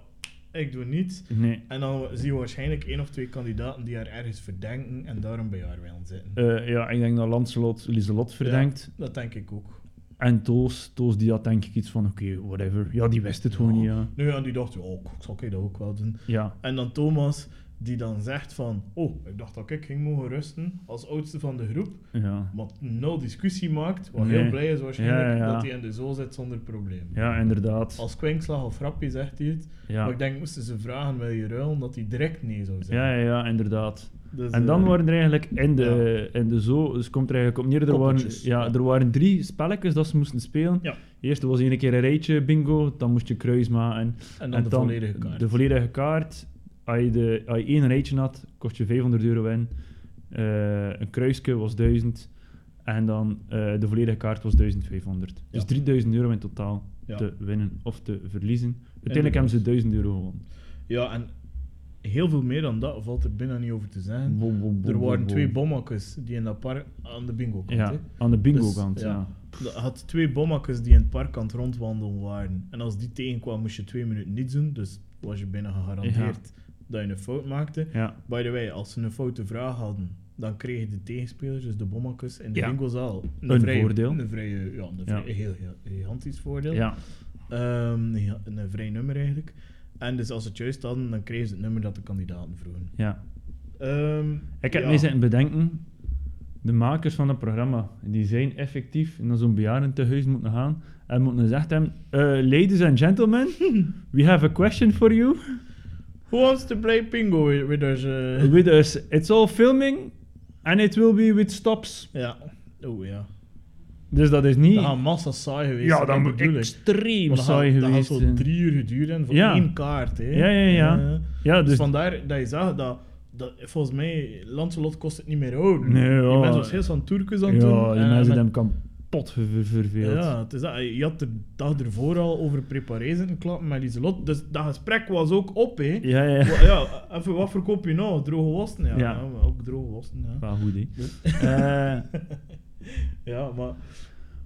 A: ik doe niets.
B: Nee.
A: En dan zien we waarschijnlijk één of twee kandidaten die haar ergens verdenken en daarom bij haar willen zitten.
B: Eh, ja, ik denk dat Lancelot Lieselot verdenkt.
A: Dat denk ik ook.
B: En Toos, Toos die had denk ik iets van, oké, whatever. Ja, die wist het gewoon niet, ja.
A: Nu, en die dacht, oh, ik zal ik dat ook wel doen.
B: Ja,
A: En dan Thomas, die dan zegt van... Oh, ik dacht dat ik ging mogen rusten als oudste van de groep.
B: ja.
A: Maar nul discussie maakt. Wat
B: Nee.
A: heel blij is waarschijnlijk
B: Ja, ja, ja.
A: dat hij in de zool zit zonder probleem.
B: Ja, inderdaad.
A: Als kwinkslag of rapje zegt hij het.
B: Ja.
A: Maar ik denk, moesten ze vragen, wil je ruilen? Dat hij direct nee zou zeggen.
B: Ja, ja, ja, inderdaad.
A: Dus,
B: En dan
A: eh,
B: waren er eigenlijk in de, in de zoo, dus komt er eigenlijk op neer, er waren,
A: Koppeltjes,
B: ja,
A: ja.
B: er waren drie spelletjes dat ze moesten spelen.
A: Ja.
B: Eerst was één keer een rijtje bingo, dan moest je kruis maken.
A: En dan de volledige kaart.
B: De volledige kaart. Als je, de, als je één rijtje had, kost je 500 euro in. Eh, een kruisje was 1000. En dan eh, de volledige kaart was 1500. Dus
A: Ja.
B: 3000 euro in totaal
A: Ja.
B: te winnen of te verliezen.
A: Inderdaad.
B: Uiteindelijk hebben ze 1000 euro gewonnen.
A: Ja, en heel veel meer dan dat valt er bijna niet over te zeggen.
B: Boom, boom, boom,
A: Er
B: boom,
A: waren
B: boom.
A: twee bommakjes die in dat park aan de bingo kwamen.
B: Ja, aan de bingo
A: Dus,
B: kant.
A: ja.
B: ja.
A: Dat had twee bommakjes die in het park aan het rondwandelen waren. En als die tegenkwamen, moest je twee minuten niets doen. Dus was je bijna gegarandeerd dat je een fout maakte.
B: Ja.
A: By the way, als ze een foute vraag hadden, dan kregen de tegenspelers, dus de bommakjes in de
B: Ja.
A: winkelzaal, een,
B: Een
A: vrij,
B: voordeel.
A: Een, vrije, ja, een, vrij,
B: Ja.
A: Heel, heel gigantisch voordeel.
B: Ja,
A: Ehm, ja, een vrij nummer eigenlijk. En dus als ze het juist hadden, dan kregen ze het nummer dat de kandidaten vroegen.
B: ja.
A: Ehm,
B: Ik heb
A: ja.
B: mij zitten bedenken, de makers van dat programma, die zijn effectief naar zo'n bejaardentehuis moeten gaan en moeten gezegd hebben, eh, ladies and gentlemen, we have a question for you.
A: Who wants to play bingo with, with us? eh?
B: With us, it's all filming and it will be with stops.
A: Ja. Oh ja.
B: Dus dat is niet...
A: Dat gaat massa saai geweest.
B: ja,
A: zijn,
B: dan
A: dat
B: moet
A: bedoel ik.
B: extreem
A: Want dat
B: saai
A: gaat- Dat
B: geweest
A: gaat
B: zijn.
A: zo drie uur geduurd en voor
B: Ja.
A: één kaart. Hè.
B: Ja, ja, ja.
A: Eh,
B: Ja,
A: dus,
B: dus...
A: vandaar dat je zag dat, dat volgens mij Lancelot kost het niet meer houden.
B: Nee, ja.
A: Die mensen was heel zo'n toerkus aan het doen. Eh,
B: Ja, die
A: en
B: mensen
A: met-
B: hebben kapot ver- ver- verveeld.
A: Ja, het is dat. Je had de dag ervoor al over preparé zitten klappen met Lieselot. Dus dat gesprek was ook op, hè.
B: Ja, ja.
A: Wa- Ja, even, wat verkoop je nou? Droge wassen? Ja,
B: Ja.
A: ja, maar ook droge wassen, ja. Dus-
B: Wel goed, hè. Eh,
A: Ja, maar...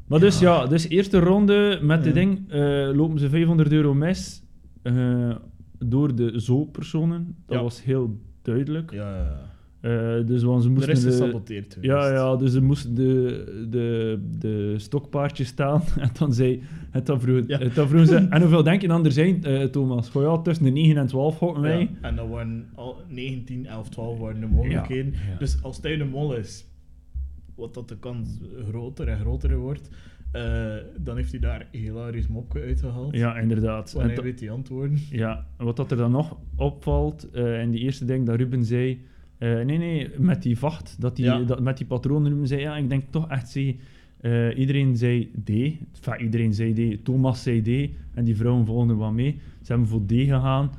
B: maar dus
A: Ja.
B: ja, dus eerste ronde met dit
A: Ja.
B: ding eh, lopen ze 500 euro mis eh, door de zo-personen. Dat
A: Ja.
B: was heel duidelijk.
A: Ja, ja.
B: Eh, dus want ze
A: De
B: moesten
A: rest is gesaboteerd geweest.
B: ja, ja, dus ze moesten de, de, de stokpaardjes staan. En dan zei het dan vroeg,
A: Ja.
B: het dan vroegen ze, en hoeveel denk je dan er zijn, eh, Thomas? Goh ja, tussen de 9 en 12 gokken wij.
A: Ja, en dat waren al 19, 11, 12 waren de mogelijkheden.
B: Ja, ja.
A: Dus als hij de mol is, wat dat de kans groter en groter wordt, eh, dan heeft hij daar een hilarisch mopje uitgehaald.
B: Ja, inderdaad.
A: Want
B: En
A: hij
B: to-
A: weet die antwoorden.
B: ja, wat dat er dan nog opvalt, eh, in die eerste ding dat Ruben zei, eh, nee, nee, met die vacht, dat die,
A: Ja.
B: dat, met die patroon, Ruben zei, ja, ik denk toch echt, zei, eh, iedereen zei D, enfin, iedereen zei D, Thomas zei D, en die vrouwen volgden wat mee. Ze hebben voor D gegaan,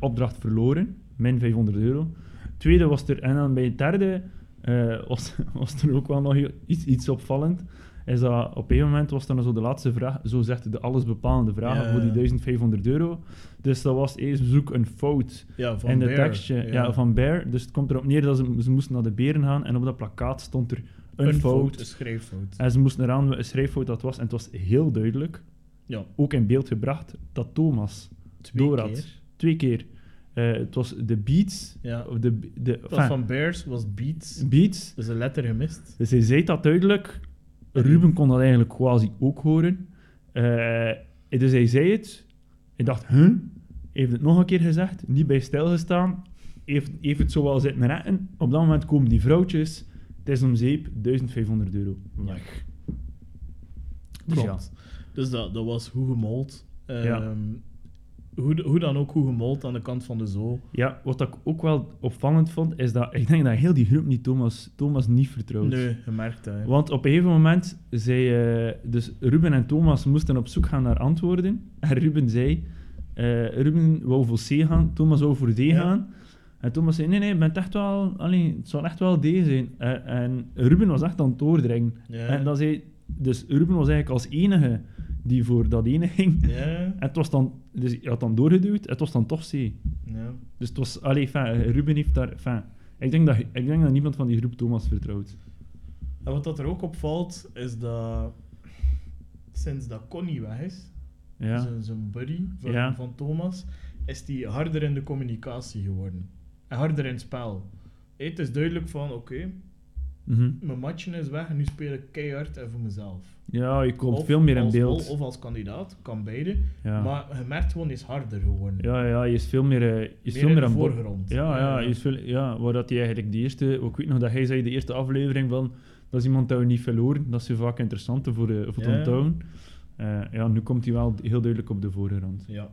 B: opdracht verloren, min 500 euro. Tweede was er, en dan bij het derde eh, was, was er ook wel nog iets, iets opvallend. Is dat op een gegeven moment was dan zo de laatste vraag, zo zegt de allesbepalende vraag
A: Ja.
B: voor die 1500 euro. Dus dat was eerst zoek een fout
A: Ja, van
B: in de
A: Bear.
B: tekstje ja. van Bear. Dus het komt erop neer dat ze, ze moesten naar de beren gaan en op dat plakkaat stond er een, fout.
A: Een schrijffout.
B: En ze moesten eraan een schrijffout dat was. En het was heel duidelijk,
A: Ja,
B: ook in beeld gebracht, dat Thomas
A: twee
B: Dorad.
A: keer.
B: twee keer, eh, het was de beats,
A: Ja.
B: of de, de
A: Dat
B: enfin,
A: van Bears was Beats.
B: beats.
A: Dus een letter gemist.
B: Dus hij zei dat duidelijk. Ruben kon dat eigenlijk quasi ook horen. Eh, dus hij zei het. Ik dacht, huh? Hij heeft het nog een keer gezegd. Niet bij stijl gestaan. Heeft, heeft het zo wel zitten retten. Op dat moment komen die vrouwtjes. Het is om zeep. 1500 euro. Weg. Dus ja.
A: Klopt. Dus dat, dat was hoe gemold. Ehm,
B: Ja.
A: hoe, hoe dan ook hoe gemold aan de kant van de zoo.
B: ja, wat ik ook wel opvallend vond, is dat ik denk dat heel die groep niet Thomas, Thomas niet vertrouwt.
A: Nee, gemerkt hè.
B: Want op een gegeven moment zei... eh, dus Ruben en Thomas moesten op zoek gaan naar antwoorden. En Ruben zei... eh, Ruben wou voor C gaan, Thomas wou voor D
A: Ja.
B: gaan. En Thomas zei, nee, nee, je bent echt wel, allee, het zal echt wel D zijn. Eh, en Ruben was echt aan het doordringen.
A: Ja.
B: En dan zei, dus Ruben was eigenlijk als enige die voor dat ene ging.
A: Ja,
B: En het was dan, dus hij had dan doorgeduwd, het was dan toch C.
A: ja.
B: Dus het was, allee, enfin, Ruben heeft daar, enfin, ik denk, dat, ik denk dat niemand van die groep Thomas vertrouwt.
A: En wat dat er ook opvalt, is dat sinds dat Connie weg is,
B: Ja.
A: zijn, zijn buddy van,
B: Ja.
A: van Thomas, is die harder in de communicatie geworden. En harder in het spel. Hé, Het is duidelijk van, oké,
B: Mhm.
A: mijn matje is weg en nu speel ik keihard en voor mezelf.
B: Ja, je komt
A: Of
B: veel meer in
A: als
B: beeld.
A: mol Of als kandidaat, kan beide.
B: ja.
A: Maar je merkt gewoon, die is harder geworden.
B: ja, ja, je is veel meer, eh, je
A: Meer
B: is veel
A: in
B: meer
A: de
B: aan boord.
A: voorgrond.
B: Ja, ja,
A: Ja,
B: je
A: ja.
B: is veel, ja, waar dat je eigenlijk de eerste, ik weet nog dat hij zei, de eerste aflevering van, dat is iemand dat we niet verloren, dat is zo vaak interessant voor, eh, voor het
A: Ja.
B: onthouden. Eh, ja, nu komt hij wel heel duidelijk op de voorgrond.
A: Ja.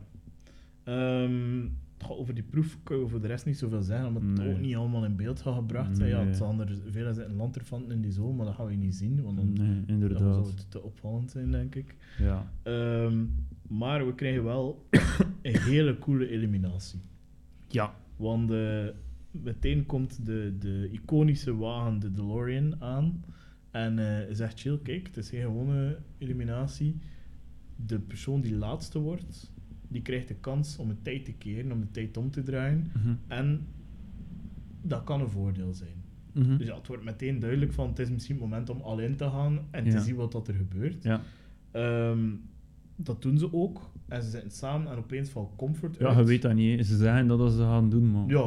A: Ehm, goh, over die proef kunnen we voor de rest niet zoveel zeggen, omdat
B: Nee.
A: het ook niet allemaal in beeld gaat gebracht. zijn. Ja,
B: Nee.
A: het zal er veel zijn lanterfanten in die zomer, maar dat gaan we niet zien, want dan,
B: Mm, Nee,
A: dan zou
B: inderdaad.
A: het te opvallend zijn, denk ik.
B: Ja.
A: Ehm, maar we krijgen wel een hele coole eliminatie.
B: Ja.
A: Want eh, meteen komt de, de iconische wagen, de DeLorean, aan. En eh, zegt chill, kijk, het is geen gewone eliminatie. De persoon die laatste wordt, die krijgt de kans om de tijd te keren, om de tijd om te draaien.
B: Mhm.
A: En dat kan een voordeel zijn.
B: Mhm.
A: Dus ja, het wordt meteen duidelijk van, het is misschien het moment om alleen te gaan en
B: Ja.
A: te zien wat dat er gebeurt.
B: Ja.
A: Ehm, dat doen ze ook. En ze zitten samen en opeens valt comfort
B: ja,
A: uit.
B: je weet dat niet. hè. Ze zeggen dat dat ze gaan doen, man.
A: Ja,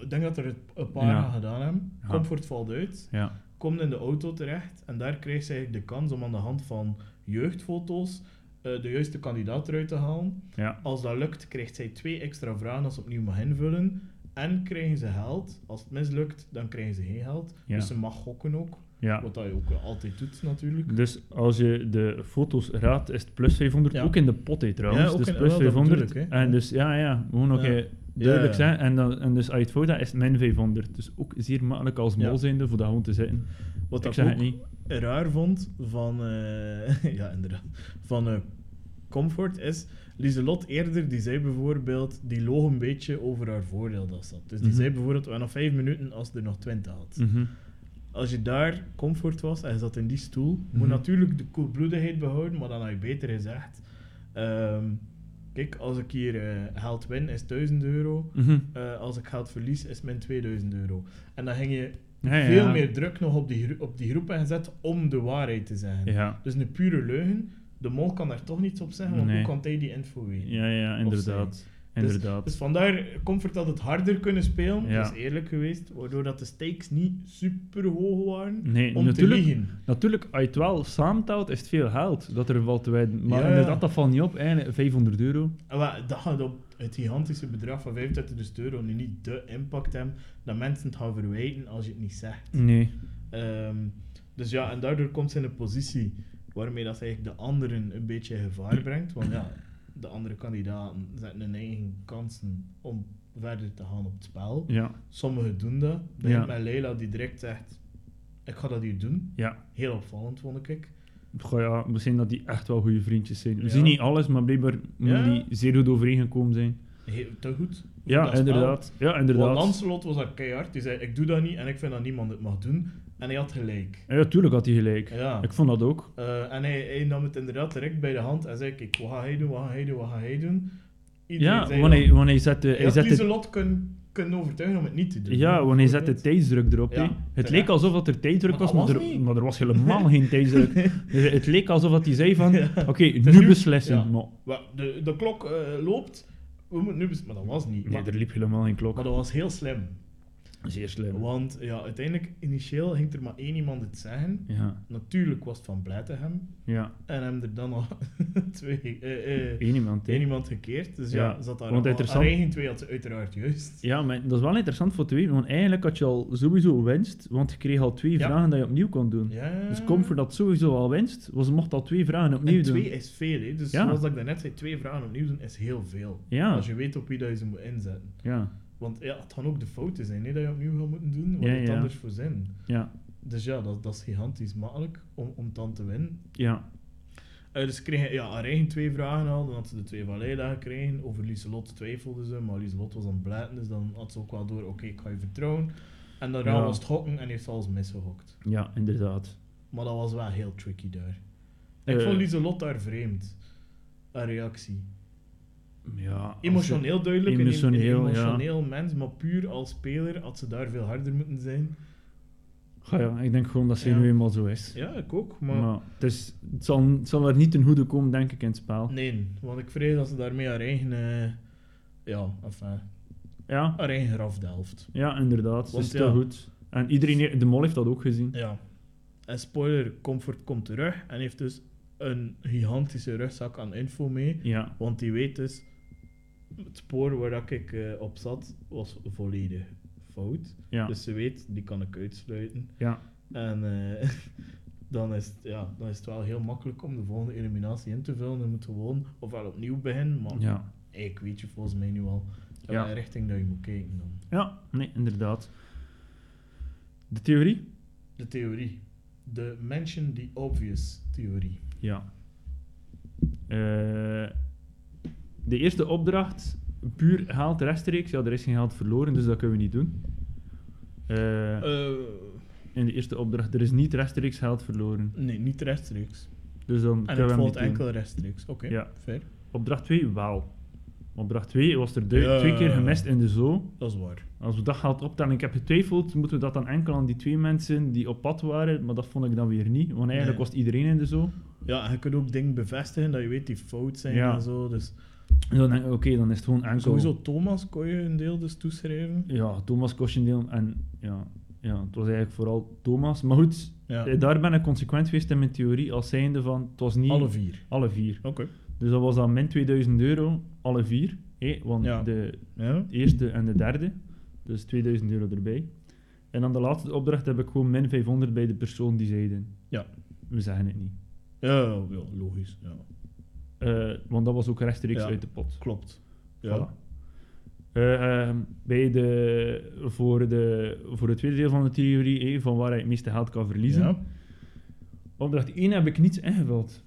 A: ik denk dat er het een paar
B: Ja.
A: gaan gedaan hebben.
B: Ja.
A: Comfort valt uit,
B: Ja.
A: komt in de auto terecht en daar krijgt ze eigenlijk de kans om aan de hand van jeugdfoto's eh, de juiste kandidaat eruit te halen.
B: Ja.
A: Als dat lukt, krijgt zij twee extra vragen als ze opnieuw mag invullen. En krijgen ze geld. Als het mislukt, dan krijgen ze geen geld.
B: Ja.
A: Dus ze mag gokken ook.
B: Ja.
A: Wat dat je ook eh, altijd doet natuurlijk.
B: Dus als je de foto's raadt, is het plus 500.
A: Ja.
B: Ook in de pot, hè, trouwens.
A: Ja, ook
B: dus
A: in-
B: plus
A: wel, dat
B: 500.
A: bedoel ik, hè.
B: en dus, ja, ja. Gewoon nog
A: Ja.
B: eh, duidelijk
A: Ja, ja.
B: zijn. En, dan, en dus als je het fout hebt, is het min 500. Dus ook zeer makkelijk als
A: Ja.
B: mol zijnde voor dat gewoon te zitten.
A: Wat
B: ik
A: dat
B: zeg het
A: ook
B: niet.
A: raar vond van, eh, ja, inderdaad, van eh, Comfort is, Lieselot eerder, die zei bijvoorbeeld, die loog een beetje over haar voordeel dat zat. Dus die
B: Mhm.
A: zei bijvoorbeeld, we hebben nog vijf minuten als ze er nog twintig had.
B: Mhm.
A: Als je daar Comfort was en je zat in die stoel,
B: Mhm.
A: moet natuurlijk de koelbloedigheid behouden, maar dan had je beter gezegd, ehm, kijk, als ik hier eh, geld win, is 1000 euro.
B: Mhm.
A: Eh, als ik geld verlies, is mijn 2000 euro. En dan ging je
B: Ja, ja,
A: veel
B: ja.
A: meer druk nog op die, gro- op die groepen gezet om de waarheid te zeggen.
B: Ja.
A: Dus een pure leugen, de mol kan daar toch niets op zeggen, want
B: Nee.
A: hoe kan hij die info weten?
B: ja, ja, inderdaad. Inderdaad.
A: Dus vandaar Comfort had het harder kunnen spelen,
B: Ja.
A: dat is eerlijk geweest, waardoor dat de stakes niet super hoog waren
B: Nee,
A: om
B: natuurlijk,
A: te liegen.
B: natuurlijk, als je het wel samentelt, is het veel geld dat er valt te wijden. Maar
A: Ja.
B: inderdaad, dat valt niet op. Eigenlijk 500 euro.
A: En wel, dat gaat op het gigantische bedrag van 35.000 euro nu niet de impact hebben dat mensen het gaan verwijten als je het niet zegt.
B: Nee.
A: Ehm, dus ja, en daardoor komt ze in een positie waarmee dat ze eigenlijk de anderen een beetje in gevaar brengt. Want ja, de andere kandidaten zetten hun eigen kansen om verder te gaan op het spel.
B: Ja.
A: Sommigen doen dat. Begint
B: Ja.
A: met Leila die direct zegt, ik ga dat hier doen.
B: Ja.
A: Heel opvallend, vond ik.
B: Goh, ja, we zien dat die echt wel goede vriendjes zijn. We
A: Ja.
B: zien niet alles, maar blijkbaar
A: Ja.
B: moeten die zeer goed overeengekomen zijn.
A: Heel, te goed.
B: Ja,
A: dat spel.
B: inderdaad. Ja,
A: Want
B: inderdaad.
A: Lancelot was daar keihard. Die zei, ik doe dat niet en ik vind dat niemand het mag doen. En hij had gelijk.
B: Ja, tuurlijk had hij gelijk.
A: Ja.
B: Ik vond dat ook.
A: Eh, en hij, hij nam het inderdaad direct bij de hand en zei: Kijk, wat ga hij doen, wat ga hij doen, wat ga hij doen? Iedereen
B: ja,
A: zei
B: want hij, want hij zette,
A: dan,
B: hij
A: hij had
B: zette,
A: Lieselot kunnen, kunnen overtuigen om het niet te doen.
B: ja,
A: hè,
B: want hij zette
A: bijvoorbeeld.
B: tijdsdruk erop.
A: Ja,
B: hè. het
A: terecht.
B: leek alsof dat er tijdsdruk
A: Maar
B: was,
A: dat
B: maar,
A: was
B: er,
A: niet.
B: maar er was helemaal geen tijdsdruk. Dus het leek alsof dat hij zei van, oké,
A: is
B: nu,
A: nu-
B: beslissen.
A: ja.
B: Maar,
A: Wel, de, de klok eh, loopt, we moeten nu bes- Maar dat was niet.
B: nee,
A: maar,
B: er liep helemaal geen klok.
A: maar dat was heel slim.
B: Zeer slim.
A: Want ja, uiteindelijk, initieel ging er maar één iemand het zeggen.
B: Ja,
A: Natuurlijk was het van Blijtenham.
B: ja.
A: En hem er dan al twee, eh, eh,
B: Eén iemand. hè.
A: één iemand gekeerd. Dus ja,
B: Ja,
A: zat daar
B: want
A: al-
B: interessant-
A: haar eigen twee had ze uiteraard juist.
B: Ja, maar dat is wel interessant voor te weten, want eigenlijk had je al sowieso winst, want je kreeg al twee
A: Ja.
B: vragen dat je opnieuw kon doen.
A: Ja.
B: Dus Comfort dat sowieso al winst, was mocht al twee vragen opnieuw
A: En twee
B: doen.
A: is veel, hè. Dus
B: Ja.
A: zoals dat ik daarnet zei, twee vragen opnieuw doen is heel veel.
B: Ja.
A: Als je weet op wie dat je ze moet inzetten.
B: Ja,
A: Want ja, het gaan ook de fouten zijn, hè, dat je opnieuw gaat moeten doen. Wat
B: Ja,
A: heeft
B: ja.
A: anders voor zin?
B: ja,
A: Dus ja, dat, dat is gigantisch makkelijk om, om dan te winnen.
B: ja.
A: Eh, dus ze kregen ja, haar eigen twee vragen al. Dan had ze de twee van Leila gekregen. Over Lieselot twijfelde ze, maar Lieselot was aan het blijten. Dus dan had ze ook wel door, oké, ik ga je vertrouwen. En daarna
B: Ja.
A: was het hokken en heeft ze alles misgehokt.
B: Ja, inderdaad.
A: Maar dat was wel heel tricky daar. Ik
B: Eh.
A: vond Lieselot daar vreemd. Haar reactie.
B: Ja, als je-
A: Emotioneel duidelijk, een-
B: Emotioneel,
A: een
B: ja.
A: emotioneel mens, maar puur als speler had ze daar veel harder moeten zijn.
B: Goh, ja, ik denk gewoon dat ze
A: Ja.
B: nu eenmaal zo is.
A: Ja, ik ook, maar...
B: maar het, is, het, zal, het zal er niet ten goede komen, denk ik, in het spel.
A: Nee, want ik vrees dat ze daarmee haar eigen... eh, ja, enfin,
B: Ja,
A: haar eigen graf delft.
B: ja inderdaad. Ze
A: Want
B: is
A: ja.
B: te goed. En iedereen, de mol heeft dat ook gezien.
A: Ja. En spoiler, Comfort komt terug en heeft dus een gigantische rugzak aan info mee.
B: Ja,
A: Want die weet dus... Het spoor waar dat ik eh, op zat, was volledig fout.
B: ja,
A: Dus ze weet, die kan ik uitsluiten.
B: ja.
A: En eh, dan, is het, ja, dan is het wel heel makkelijk om de volgende eliminatie in te vullen. Je moet gewoon ofwel opnieuw beginnen, maar
B: ja.
A: ik weet je volgens mij nu al in
B: Ja.
A: welke richting dat je moet kijken dan.
B: Ja, nee, inderdaad. De theorie?
A: De theorie. De mention the obvious theorie.
B: Ja. Eh, de eerste opdracht, puur geld rechtstreeks. Ja, er is geen geld verloren, dus dat kunnen we niet doen. Eh,
A: Eh,
B: in de eerste opdracht, er is niet rechtstreeks geld verloren.
A: nee, niet rechtstreeks.
B: Dus dan
A: En
B: kunnen
A: het
B: we hem
A: valt
B: niet doen.
A: enkel rechtstreeks. Oké,
B: Ja.
A: fair.
B: Opdracht 2 wel. Opdracht 2 was er du-
A: Ja.
B: twee keer gemist in de zoo.
A: Dat is waar.
B: Als we dat geld optellen, ik heb getwijfeld, moeten we dat dan enkel aan die twee mensen die op pad waren, maar dat vond ik dan weer niet, want eigenlijk
A: Nee.
B: was het iedereen in de zoo.
A: Ja, en je kunt ook dingen bevestigen dat je weet die fout zijn
B: Ja.
A: en zo. Dus
B: En dan denk ik, oké, dan is het gewoon enkel...
A: sowieso Thomas kon je een deel dus toeschrijven.
B: Ja, Thomas Kostjendeel en ja, ja, het was eigenlijk vooral Thomas. Maar goed,
A: Ja.
B: eh, daar ben ik consequent geweest in mijn theorie als zijnde van, het was niet...
A: Alle vier.
B: alle vier.
A: Oké.
B: Dus dat was dan min 2000 euro, alle vier. hè, want
A: Ja.
B: de
A: Ja.
B: eerste en de derde, dus 2000 euro erbij. En dan de laatste opdracht heb ik gewoon min 500 bij de persoon die zeiden.
A: Ja.
B: We zeggen het niet.
A: Ja, ja, ja, logisch. Ja.
B: Eh, want dat was ook rechtstreeks
A: Ja.
B: uit de pot.
A: Klopt. Ja.
B: Voilà. Eh, ehm, bij de, voor, de, voor het tweede deel van de theorie, eh, van waar hij het meeste geld kan verliezen.
A: Ja.
B: Opdracht 1 heb ik niets ingevuld.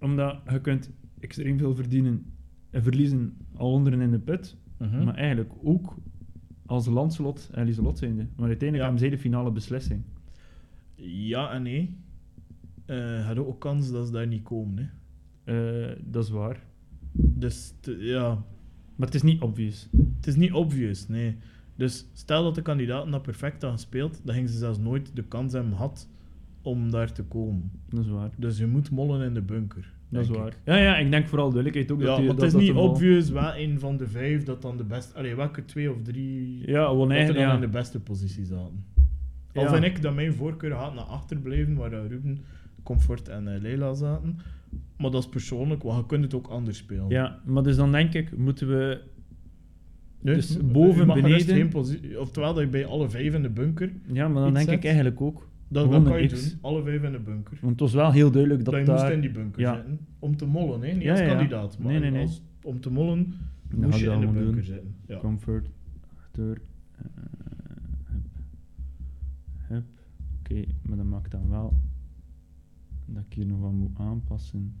B: Omdat je kunt extreem veel verdienen en verliezen al onderen in de put.
A: Mhm.
B: Maar eigenlijk ook als Lancelot en Lieselot zijnde. Maar uiteindelijk
A: Ja.
B: hebben zij de finale beslissing.
A: Ja en nee. Eh had ook kans dat ze daar niet komen. Hè.
B: Eh, dat is waar.
A: Dus te- ja,
B: Maar het is niet obvious.
A: het is niet obvious, nee. Dus stel dat de kandidaten dat perfect hadden gespeeld, dan gingen ze zelfs nooit de kans hebben gehad om daar te komen.
B: Dat is waar.
A: Dus je moet mollen in de bunker.
B: Dat is
A: denk
B: waar.
A: ik.
B: Ja, ja, ik denk vooral duidelijkheid ook.
A: Ja,
B: dat die-
A: want
B: dat,
A: het is
B: dat
A: niet
B: de bal-
A: obvious wel een van de vijf dat dan de beste... Allee, welke twee of drie
B: Ja, want
A: dat er dan
B: eigenlijk, ja.
A: in de beste positie zaten. Al
B: Ja.
A: vind ik dat mijn voorkeur gaat naar achterblijven, waar eh, Ruben, Comfort en eh, Leila zaten. Maar dat is persoonlijk, want je kunt het ook anders spelen.
B: Ja, maar dus dan denk ik, moeten we...
A: Nee,
B: dus
A: je
B: boven,
A: mag gerust
B: beneden.
A: geen posi- Oftewel dat je bij alle vijf in de bunker...
B: Ja, maar dan
A: Iets
B: denk ik
A: zet.
B: eigenlijk ook.
A: Dat,
B: Gewoon
A: dat kan
B: een
A: je
B: X.
A: doen, alle vijf in de bunker.
B: Want het was wel heel duidelijk dat
A: dat je
B: daar...
A: moest in die bunker
B: ja.
A: zitten. Om te mollen, hè? niet
B: Ja,
A: als
B: ja, ja.
A: kandidaat. Maar
B: Nee, nee, nee.
A: Als, om te mollen
B: Dat
A: moest
B: ga ik
A: je in de
B: allemaal
A: bunker
B: doen.
A: zitten. Ja.
B: Comfort, acteur, eh, hup. Hup. Oké, maar dat maakt dan wel dat ik hier nog wat moet aanpassen.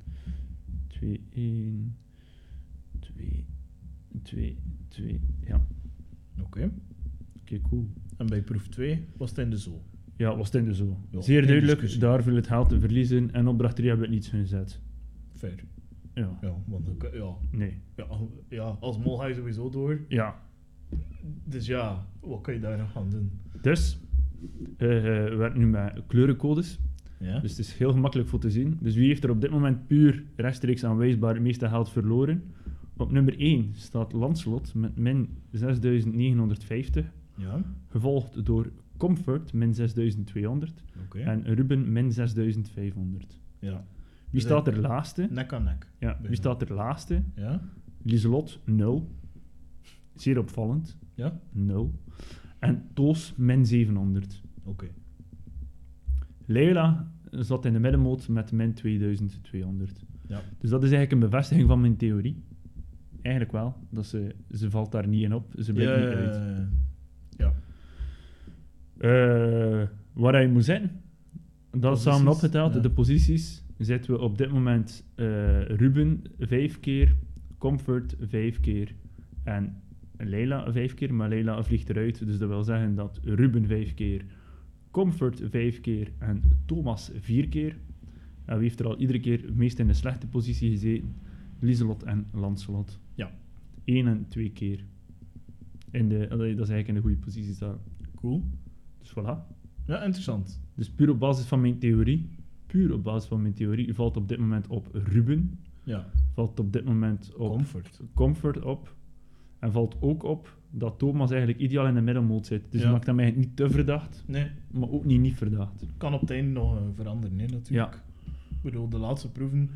B: 2, 1, 2, 2, 2. Ja, oké,
A: Oké.
B: cool.
A: En bij proef 2 was het in de zool.
B: Ja, was het in de zo.
A: Ja,
B: Zeer
A: geen
B: duidelijk,
A: discussie.
B: daar viel het geld te verliezen en opdracht 3 hebben we niets gezet.
A: Fair.
B: Ja,
A: Ja, want dan kun- ja,
B: nee.
A: ja, ja, als mol ga je sowieso door.
B: Ja,
A: Dus ja, wat kun je daar nog aan doen?
B: dus eh, eh, we werken nu met kleurencodes.
A: Ja?
B: Dus het is heel gemakkelijk voor te zien. Dus wie heeft er op dit moment puur rechtstreeks aanwijsbaar het meeste geld verloren? Op nummer 1 staat Lancelot met min 6950,
A: ja?
B: gevolgd door Comfort min 6200
A: Oké.
B: en Ruben min 6500.
A: Ja.
B: Wie
A: Dus
B: staat er
A: eigenlijk-
B: laatste?
A: Nek aan nek.
B: Ja, wie
A: bijna.
B: staat er laatste?
A: Ja?
B: Lieselot 0. Zeer opvallend.
A: Ja?
B: 0. En Toos min 700.
A: Oké.
B: Leila zat in de middenmoot met min 2200.
A: Ja.
B: Dus dat is eigenlijk een bevestiging van mijn theorie. Eigenlijk wel. Dat ze, ze valt daar niet in op. Ze
A: Ja,
B: blijft niet uit.
A: ja, ja.
B: Eh, waar hij moet zijn. Dat
A: Posities,
B: is samen opgeteld.
A: ja.
B: De posities zetten we op dit moment eh, Ruben vijf keer, Comfort vijf keer en Leila vijf keer. Maar Leila vliegt eruit, dus dat wil zeggen dat Ruben vijf keer, Comfort vijf keer en Thomas vier keer. En wie heeft er al iedere keer het meest in een slechte positie gezeten? Lieselot en Lancelot.
A: Ja.
B: Eén en twee keer. In de, dat is eigenlijk in de goede positie staan.
A: Cool.
B: Dus voilà.
A: Ja, interessant.
B: Dus puur op basis van mijn theorie, puur op basis van mijn theorie, valt op dit moment op Ruben,
A: Ja.
B: valt op dit moment op
A: Comfort.
B: Comfort op, en valt ook op dat Thomas eigenlijk ideaal in de middenmoot zit. Dus
A: Ja.
B: dat maakt hem eigenlijk niet te verdacht,
A: Nee,
B: maar ook niet niet verdacht.
A: kan op het einde nog eh, veranderen, hè, natuurlijk. Ik bedoel, de laatste proeven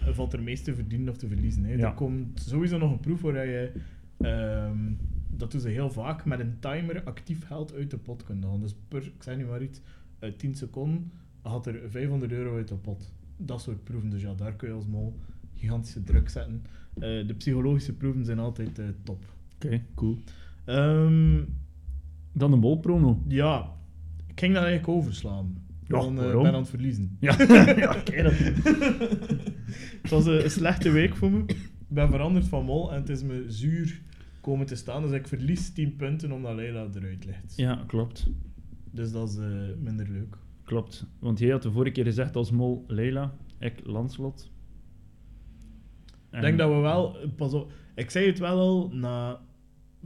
A: eh, valt er meest te verdienen of te verliezen. Hè.
B: Ja.
A: Er komt sowieso nog een proef waar je, ehm, dat doen ze heel vaak, met een timer actief geld uit de pot kunt halen. Dus per, ik zeg nu maar iets, eh, 10 seconden had er 500 euro uit de pot. Dat soort proeven, dus ja, daar kun je als mol gigantische druk zetten. Eh, de psychologische proeven zijn altijd eh, top.
B: Oké, cool.
A: Ehm,
B: Dan de molprono.
A: ja, ik ging daar eigenlijk overslaan.
B: Ja,
A: Dan, eh,
B: waarom?
A: ben aan het verliezen.
B: Ja, ja kijk dat.
A: Het was een een slechte week voor me. Ik ben veranderd van mol en het is me zuur komen te staan. Dus ik verlies 10 punten omdat Leila eruit ligt.
B: Ja, klopt.
A: Dus dat is eh, minder leuk.
B: Klopt. Want jij had de vorige keer gezegd als mol Leila, ik Lanslot.
A: Ik denk dat we wel... Pas op. Ik zei het wel al na,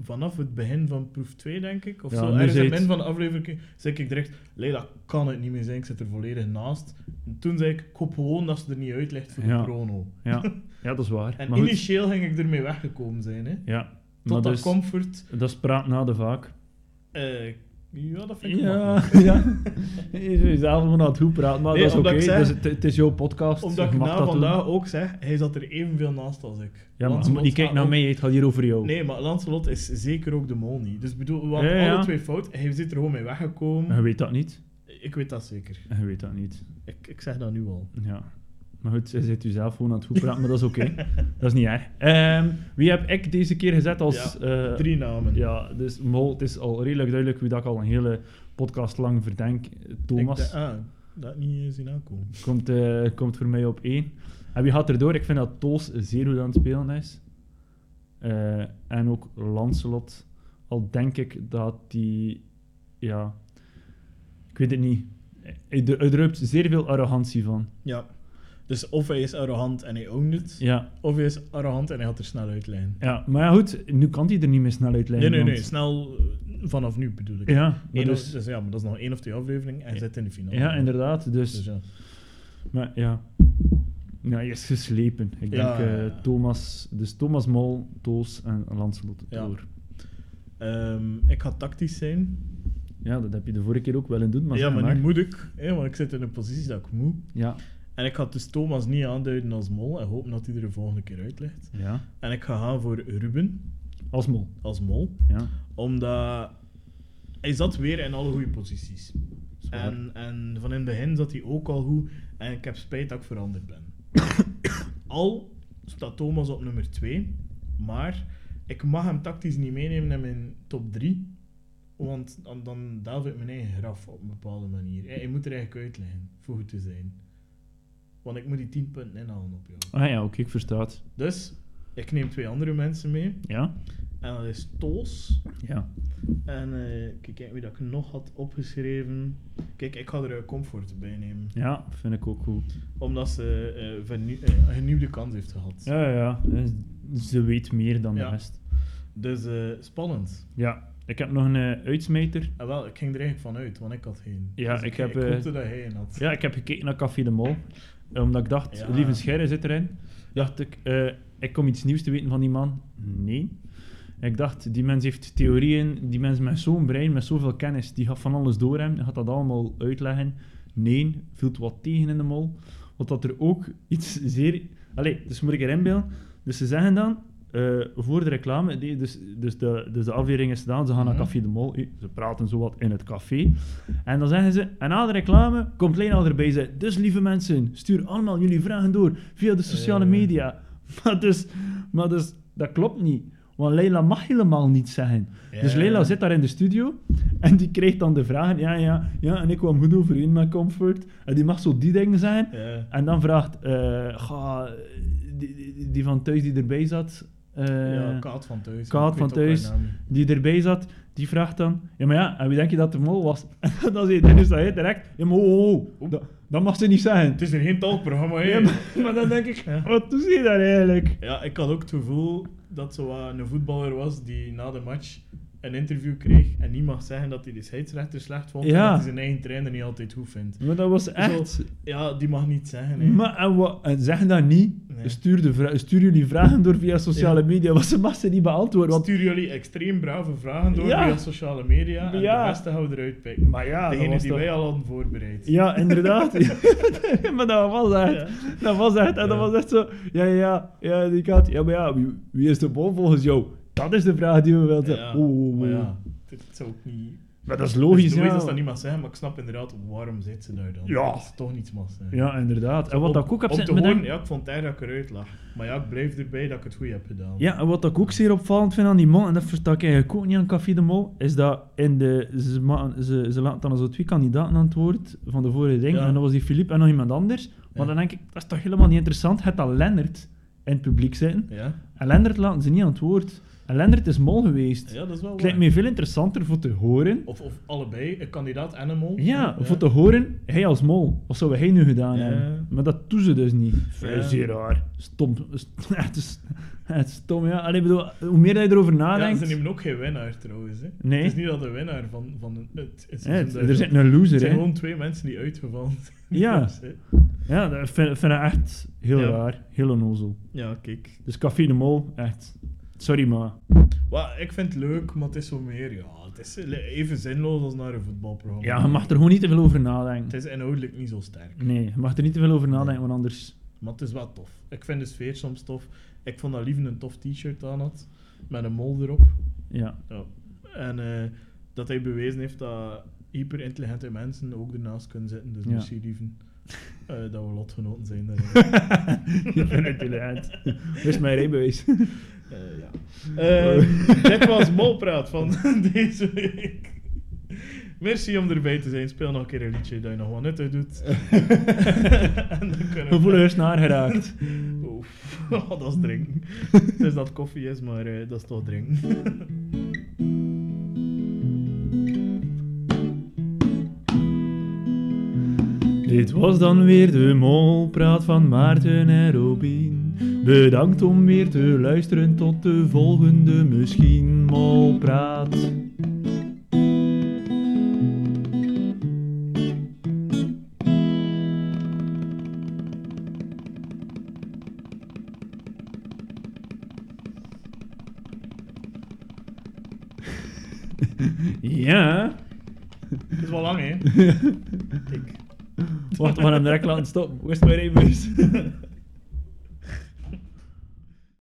A: vanaf het begin van proef 2, denk ik. Of
B: Ja,
A: zo.
B: nu
A: Ergens in
B: zei
A: het
B: het-
A: begin van de aflevering zei ik direct... Leila kan het niet meer zijn. Ik zit er volledig naast. En toen zei ik... Ik hoop gewoon dat ze er niet uit ligt voor
B: Ja.
A: de prono.
B: Ja, ja dat is waar.
A: En
B: maar goed.
A: initieel ging ik ermee weggekomen zijn. Hè.
B: Ja.
A: Tot
B: maar
A: dat
B: dus-
A: comfort...
B: Dat is praat na de vaak.
A: eh, Ja, dat vind ik
B: Ja,
A: makkelijk.
B: ja. Je zou jezelf gewoon aan het goed praten, maar
A: Nee,
B: dat is oké.
A: omdat ik zeg-
B: dus het, het is jouw podcast. dus
A: Omdat
B: je
A: ik
B: mag
A: na
B: dat doen.
A: vandaag ook zeg, hij zat er evenveel naast als ik.
B: Ja, maar je moet
A: Lancelot
B: niet kijken
A: gaat
B: naar
A: ook-
B: mij, het gaat hier over jou.
A: Nee, maar Lancelot is zeker ook de mol niet. Dus ik bedoel, we hadden
B: Ja, ja, ja.
A: alle twee fout. Hij zit er gewoon mee
B: Maar
A: weggekomen.
B: je weet dat niet.
A: Ik weet dat zeker.
B: En Je weet dat niet.
A: Ik, ik zeg dat nu al.
B: Ja. Maar goed, je zit jezelf gewoon aan het goed praten, maar dat is oké. dat is niet erg. Ehm, wie heb ik deze keer gezet als... eh,
A: Drie namen.
B: Ja, dus mol, het is al redelijk duidelijk wie dat ik al een hele podcast lang verdenk. Thomas
A: Ik dacht, ah, dat niet eh, zien aankomen.
B: komt, eh, komt voor mij op één. En wie gaat erdoor? Ik vind dat Toos zeer goed aan het spelen is. Eh, en ook Lancelot. Al denk ik dat die... Ja... Ik weet het niet. Hij dru- Hij druipt zeer veel arrogantie van.
A: Ja. Dus of hij is arrogant en hij owned het,
B: Ja,
A: of hij is arrogant en hij had er snel uitlijn.
B: ja. maar ja, goed. Nu kan hij er niet meer snel uit
A: Nee,
B: leiden,
A: nee, nee,
B: want-
A: snel eh, vanaf nu bedoel ik.
B: Ja, maar
A: Eén
B: dus-
A: of- dus ja, maar dat is nog één of twee afleveringen en hij zit in de finale.
B: ja, inderdaad. Dus...
A: Dus ja.
B: Maar ja. Ja, hij is geslepen. Ik
A: Ja.
B: denk eh, Thomas, dus Thomas Mol, Toos en Lancelot
A: Ja.
B: door.
A: Ehm, ik ga tactisch zijn.
B: Ja, dat heb je de vorige keer ook wel in doen, maar
A: ja,
B: zeg
A: maar,
B: maar.
A: nu moet ik, hè, want ik zit in een positie dat ik moet.
B: Ja,
A: En ik ga dus Thomas niet aanduiden als mol en hoop dat hij er de volgende keer uit ligt.
B: ja.
A: En ik ga gaan voor Ruben
B: Als Mol.
A: als mol,
B: Ja.
A: omdat hij zat weer in alle goede posities.
B: Zwaar.
A: En, en van in het begin zat hij ook al goed en ik heb spijt dat ik veranderd ben. al staat Thomas op nummer 2, maar ik mag hem tactisch niet meenemen in mijn top 3. Want dan, dan delf ik mijn eigen graf op een bepaalde manier. Hij, hij moet er eigenlijk uitleggen, voor goed te zijn. Want ik moet die 10 punten inhalen op jou.
B: Ah ja, oké, ik versta het.
A: Dus, ik neem twee andere mensen mee.
B: Ja?
A: En dat is Toos.
B: Ja.
A: En eh, kijk, kijk wie dat ik nog had opgeschreven. Kijk, ik ga er eh, comfort bij nemen.
B: Ja, vind ik ook goed.
A: Omdat ze eh, vernieu- eh, een nieuwe kans heeft gehad.
B: Ja, ja, ja. Eh, Ze weet meer dan de
A: Ja.
B: rest.
A: Dus eh, spannend.
B: Ja. Ik heb nog een eh, uitsmijter.
A: Ah, wel, ik ging er eigenlijk van uit, want ik had geen.
B: Ja,
A: Dus
B: ik heb,
A: Ik
B: eh,
A: hoopte dat hij een had.
B: Ja, ik heb gekeken naar Café de Mol. Omdat ik dacht,
A: Ja.
B: Lieve Scherre zit erin. Dacht ik, eh, ik kom iets nieuws te weten van die man. Nee. Ik dacht, die mens heeft theorieën. Die mens met zo'n brein, met zoveel kennis. Die gaat van alles door hem. Gaat dat allemaal uitleggen. Nee, viel het wat tegen in de mol. Want dat er ook iets zeer... Allee, dus moet ik erin beelden. Dus ze zeggen dan, eh, voor de reclame, die, dus, dus, de, dus de aflevering is gedaan, ze gaan naar
A: Mhm.
B: Café de Mol, eh, ze praten zowat in het café. En dan zeggen ze, en na de reclame komt Leenal erbij ze, dus lieve mensen, stuur allemaal jullie vragen door via de sociale
A: Eh.
B: media. Maar dus, maar dus, dat klopt niet. Want Leila mag helemaal niet zeggen.
A: Ja.
B: Dus Leila zit daar in de studio en die krijgt dan de vragen. Ja, ja, ja, en ik kwam goed overeen met comfort. En die mag zo die dingen zijn.
A: Ja.
B: En dan vraagt eh, ga, die, die, die van thuis die erbij zat, eh,
A: ja, Kaat van thuis.
B: Kaat
A: Ik
B: van
A: weet ook haar
B: Thuis.
A: naam niet.
B: die erbij zat, die vraagt dan: Ja, maar ja, en wie denk je dat de mol was? En dan zei Dennis dat hij direct: Ja, maar oh, oh, oh, dat, dat mag ze niet zeggen.
A: Het is er geen talkprogramma, hè?
B: Ja, maar, maar dan denk ik: Wat doe je daar eigenlijk?
A: Ja, ik had ook het gevoel dat zo wat een voetballer was die na de match een interview kreeg en niet mag zeggen dat hij de scheidsrechter slecht vond
B: Ja.
A: en dat hij zijn eigen trainer niet altijd goed vindt.
B: Maar dat was echt.
A: Zo, ja, die mag niet zeggen. hè.
B: Maar en, wa- en zeg dat niet.
A: Nee.
B: Stuur, de vra- stuur jullie vragen door via sociale
A: Ja.
B: media, want ze mag ze niet beantwoorden. Want,
A: Stuur jullie extreem brave vragen door
B: Ja.
A: via sociale media en
B: Ja.
A: de beste gaan we eruit pikken.
B: maar ja, dat
A: Degene
B: was
A: die
B: toch-
A: wij al hadden voorbereid.
B: Ja, inderdaad. maar dat was echt.
A: Ja.
B: Dat was echt. En dat
A: Ja.
B: was echt zo. Ja, ja, ja. ja die kat. Ja, maar ja, wie, wie is de bol volgens jou? Dat is de vraag die we wilden.
A: Ja,
B: Oeh, oeh, oeh.
A: maar ja, dit zou ook niet...
B: Maar dat is Dus logisch,
A: Het is
B: ja.
A: dat dat niet mag zeggen, maar ik snap inderdaad waarom zit ze daar dan.
B: Ja.
A: Dat is toch niets mag zeggen.
B: Ja, inderdaad. En wat
A: Om-
B: dat ik ook heb
A: om te
B: zitten bedenken-
A: horen, ja, ik vond het erg dat ik eruit lag. Maar ja, ik blijf erbij dat ik het goed heb gedaan.
B: Ja, en wat ik ook zeer opvallend vind aan die mol, en dat versta ik eigenlijk ook niet aan Café de Mol, is dat in de, ze, ma- ze, ze laten dan zo twee kandidaten aan het woord van de vorige ding,
A: Ja.
B: en dat was die Philippe en nog iemand anders. Maar
A: Ja.
B: dan denk ik, dat is toch helemaal niet interessant, het dat Lennert in het publiek zitten.
A: Ja,
B: En Lennert laten ze niet aan het woord. En Lennert is mol geweest.
A: ja dat is wel waar.
B: Het lijkt mij veel interessanter voor te horen.
A: Of, of allebei, een kandidaat en een mol.
B: Ja, voor te horen, hij als mol. Wat zou hij nu gedaan
A: Ja.
B: hebben? Maar dat doen ze dus niet.
A: Ja.
B: Zeer raar. Stom. St- Het is, het is stom, ja. Allee, bedoel, hoe meer dat je erover
A: Ja,
B: nadenkt...
A: ze nemen ook geen winnaar trouwens. Hè.
B: Nee.
A: Het is niet dat de winnaar van, van het, het
B: Ja,
A: seizoen
B: het-
A: daar-
B: er zit een
A: Het
B: loser
A: zijn
B: in.
A: gewoon twee mensen die uitgevallen zijn.
B: Ja.
A: Dus, hè.
B: Ja, dat vind, vind ik echt heel
A: Ja.
B: raar. Heel onnozel.
A: Ja, kijk.
B: Dus Café de Mol, echt Sorry, maar.
A: Wel, ik vind het leuk, maar het is zo meer... Ja, het is even zinloos als naar een voetbalprogramma.
B: Ja, je mag er gewoon niet te veel over
A: Het
B: nadenken.
A: is inhoudelijk niet zo sterk.
B: Nee, je mag er niet te veel over nadenken, want anders...
A: Maar het is wel tof. Ik vind de sfeer soms tof. Ik vond dat Lieven een tof t-shirt aan had. Met een mol erop.
B: Ja.
A: Ja. En eh, dat hij bewezen heeft dat hyperintelligente mensen ook ernaast kunnen zitten. Dus
B: Ja.
A: misschien Lieven eh, dat we lotgenoten zijn. daarin.
B: Ik ben natuurlijk uit. is mijn rijbewijs.
A: Eh, ja. Ehm, dit was Molpraat van deze week. Merci om erbij te zijn. Speel nog een keer een liedje dat je nog wat nuttig doet. En dan kunnen
B: We voelen ons naar geraakt.
A: Oef, dat is drinken. Het is dat het koffie is, maar eh, dat is toch drinken.
B: Dit was dan weer de molpraat van Maarten en Robin. Bedankt om weer te luisteren tot de volgende misschien molpraat. Ja,
A: Het is wel lang, hè? Tik.
B: wacht, we gaan hem direct laten stoppen. Hoe is het mijn rijbewijs?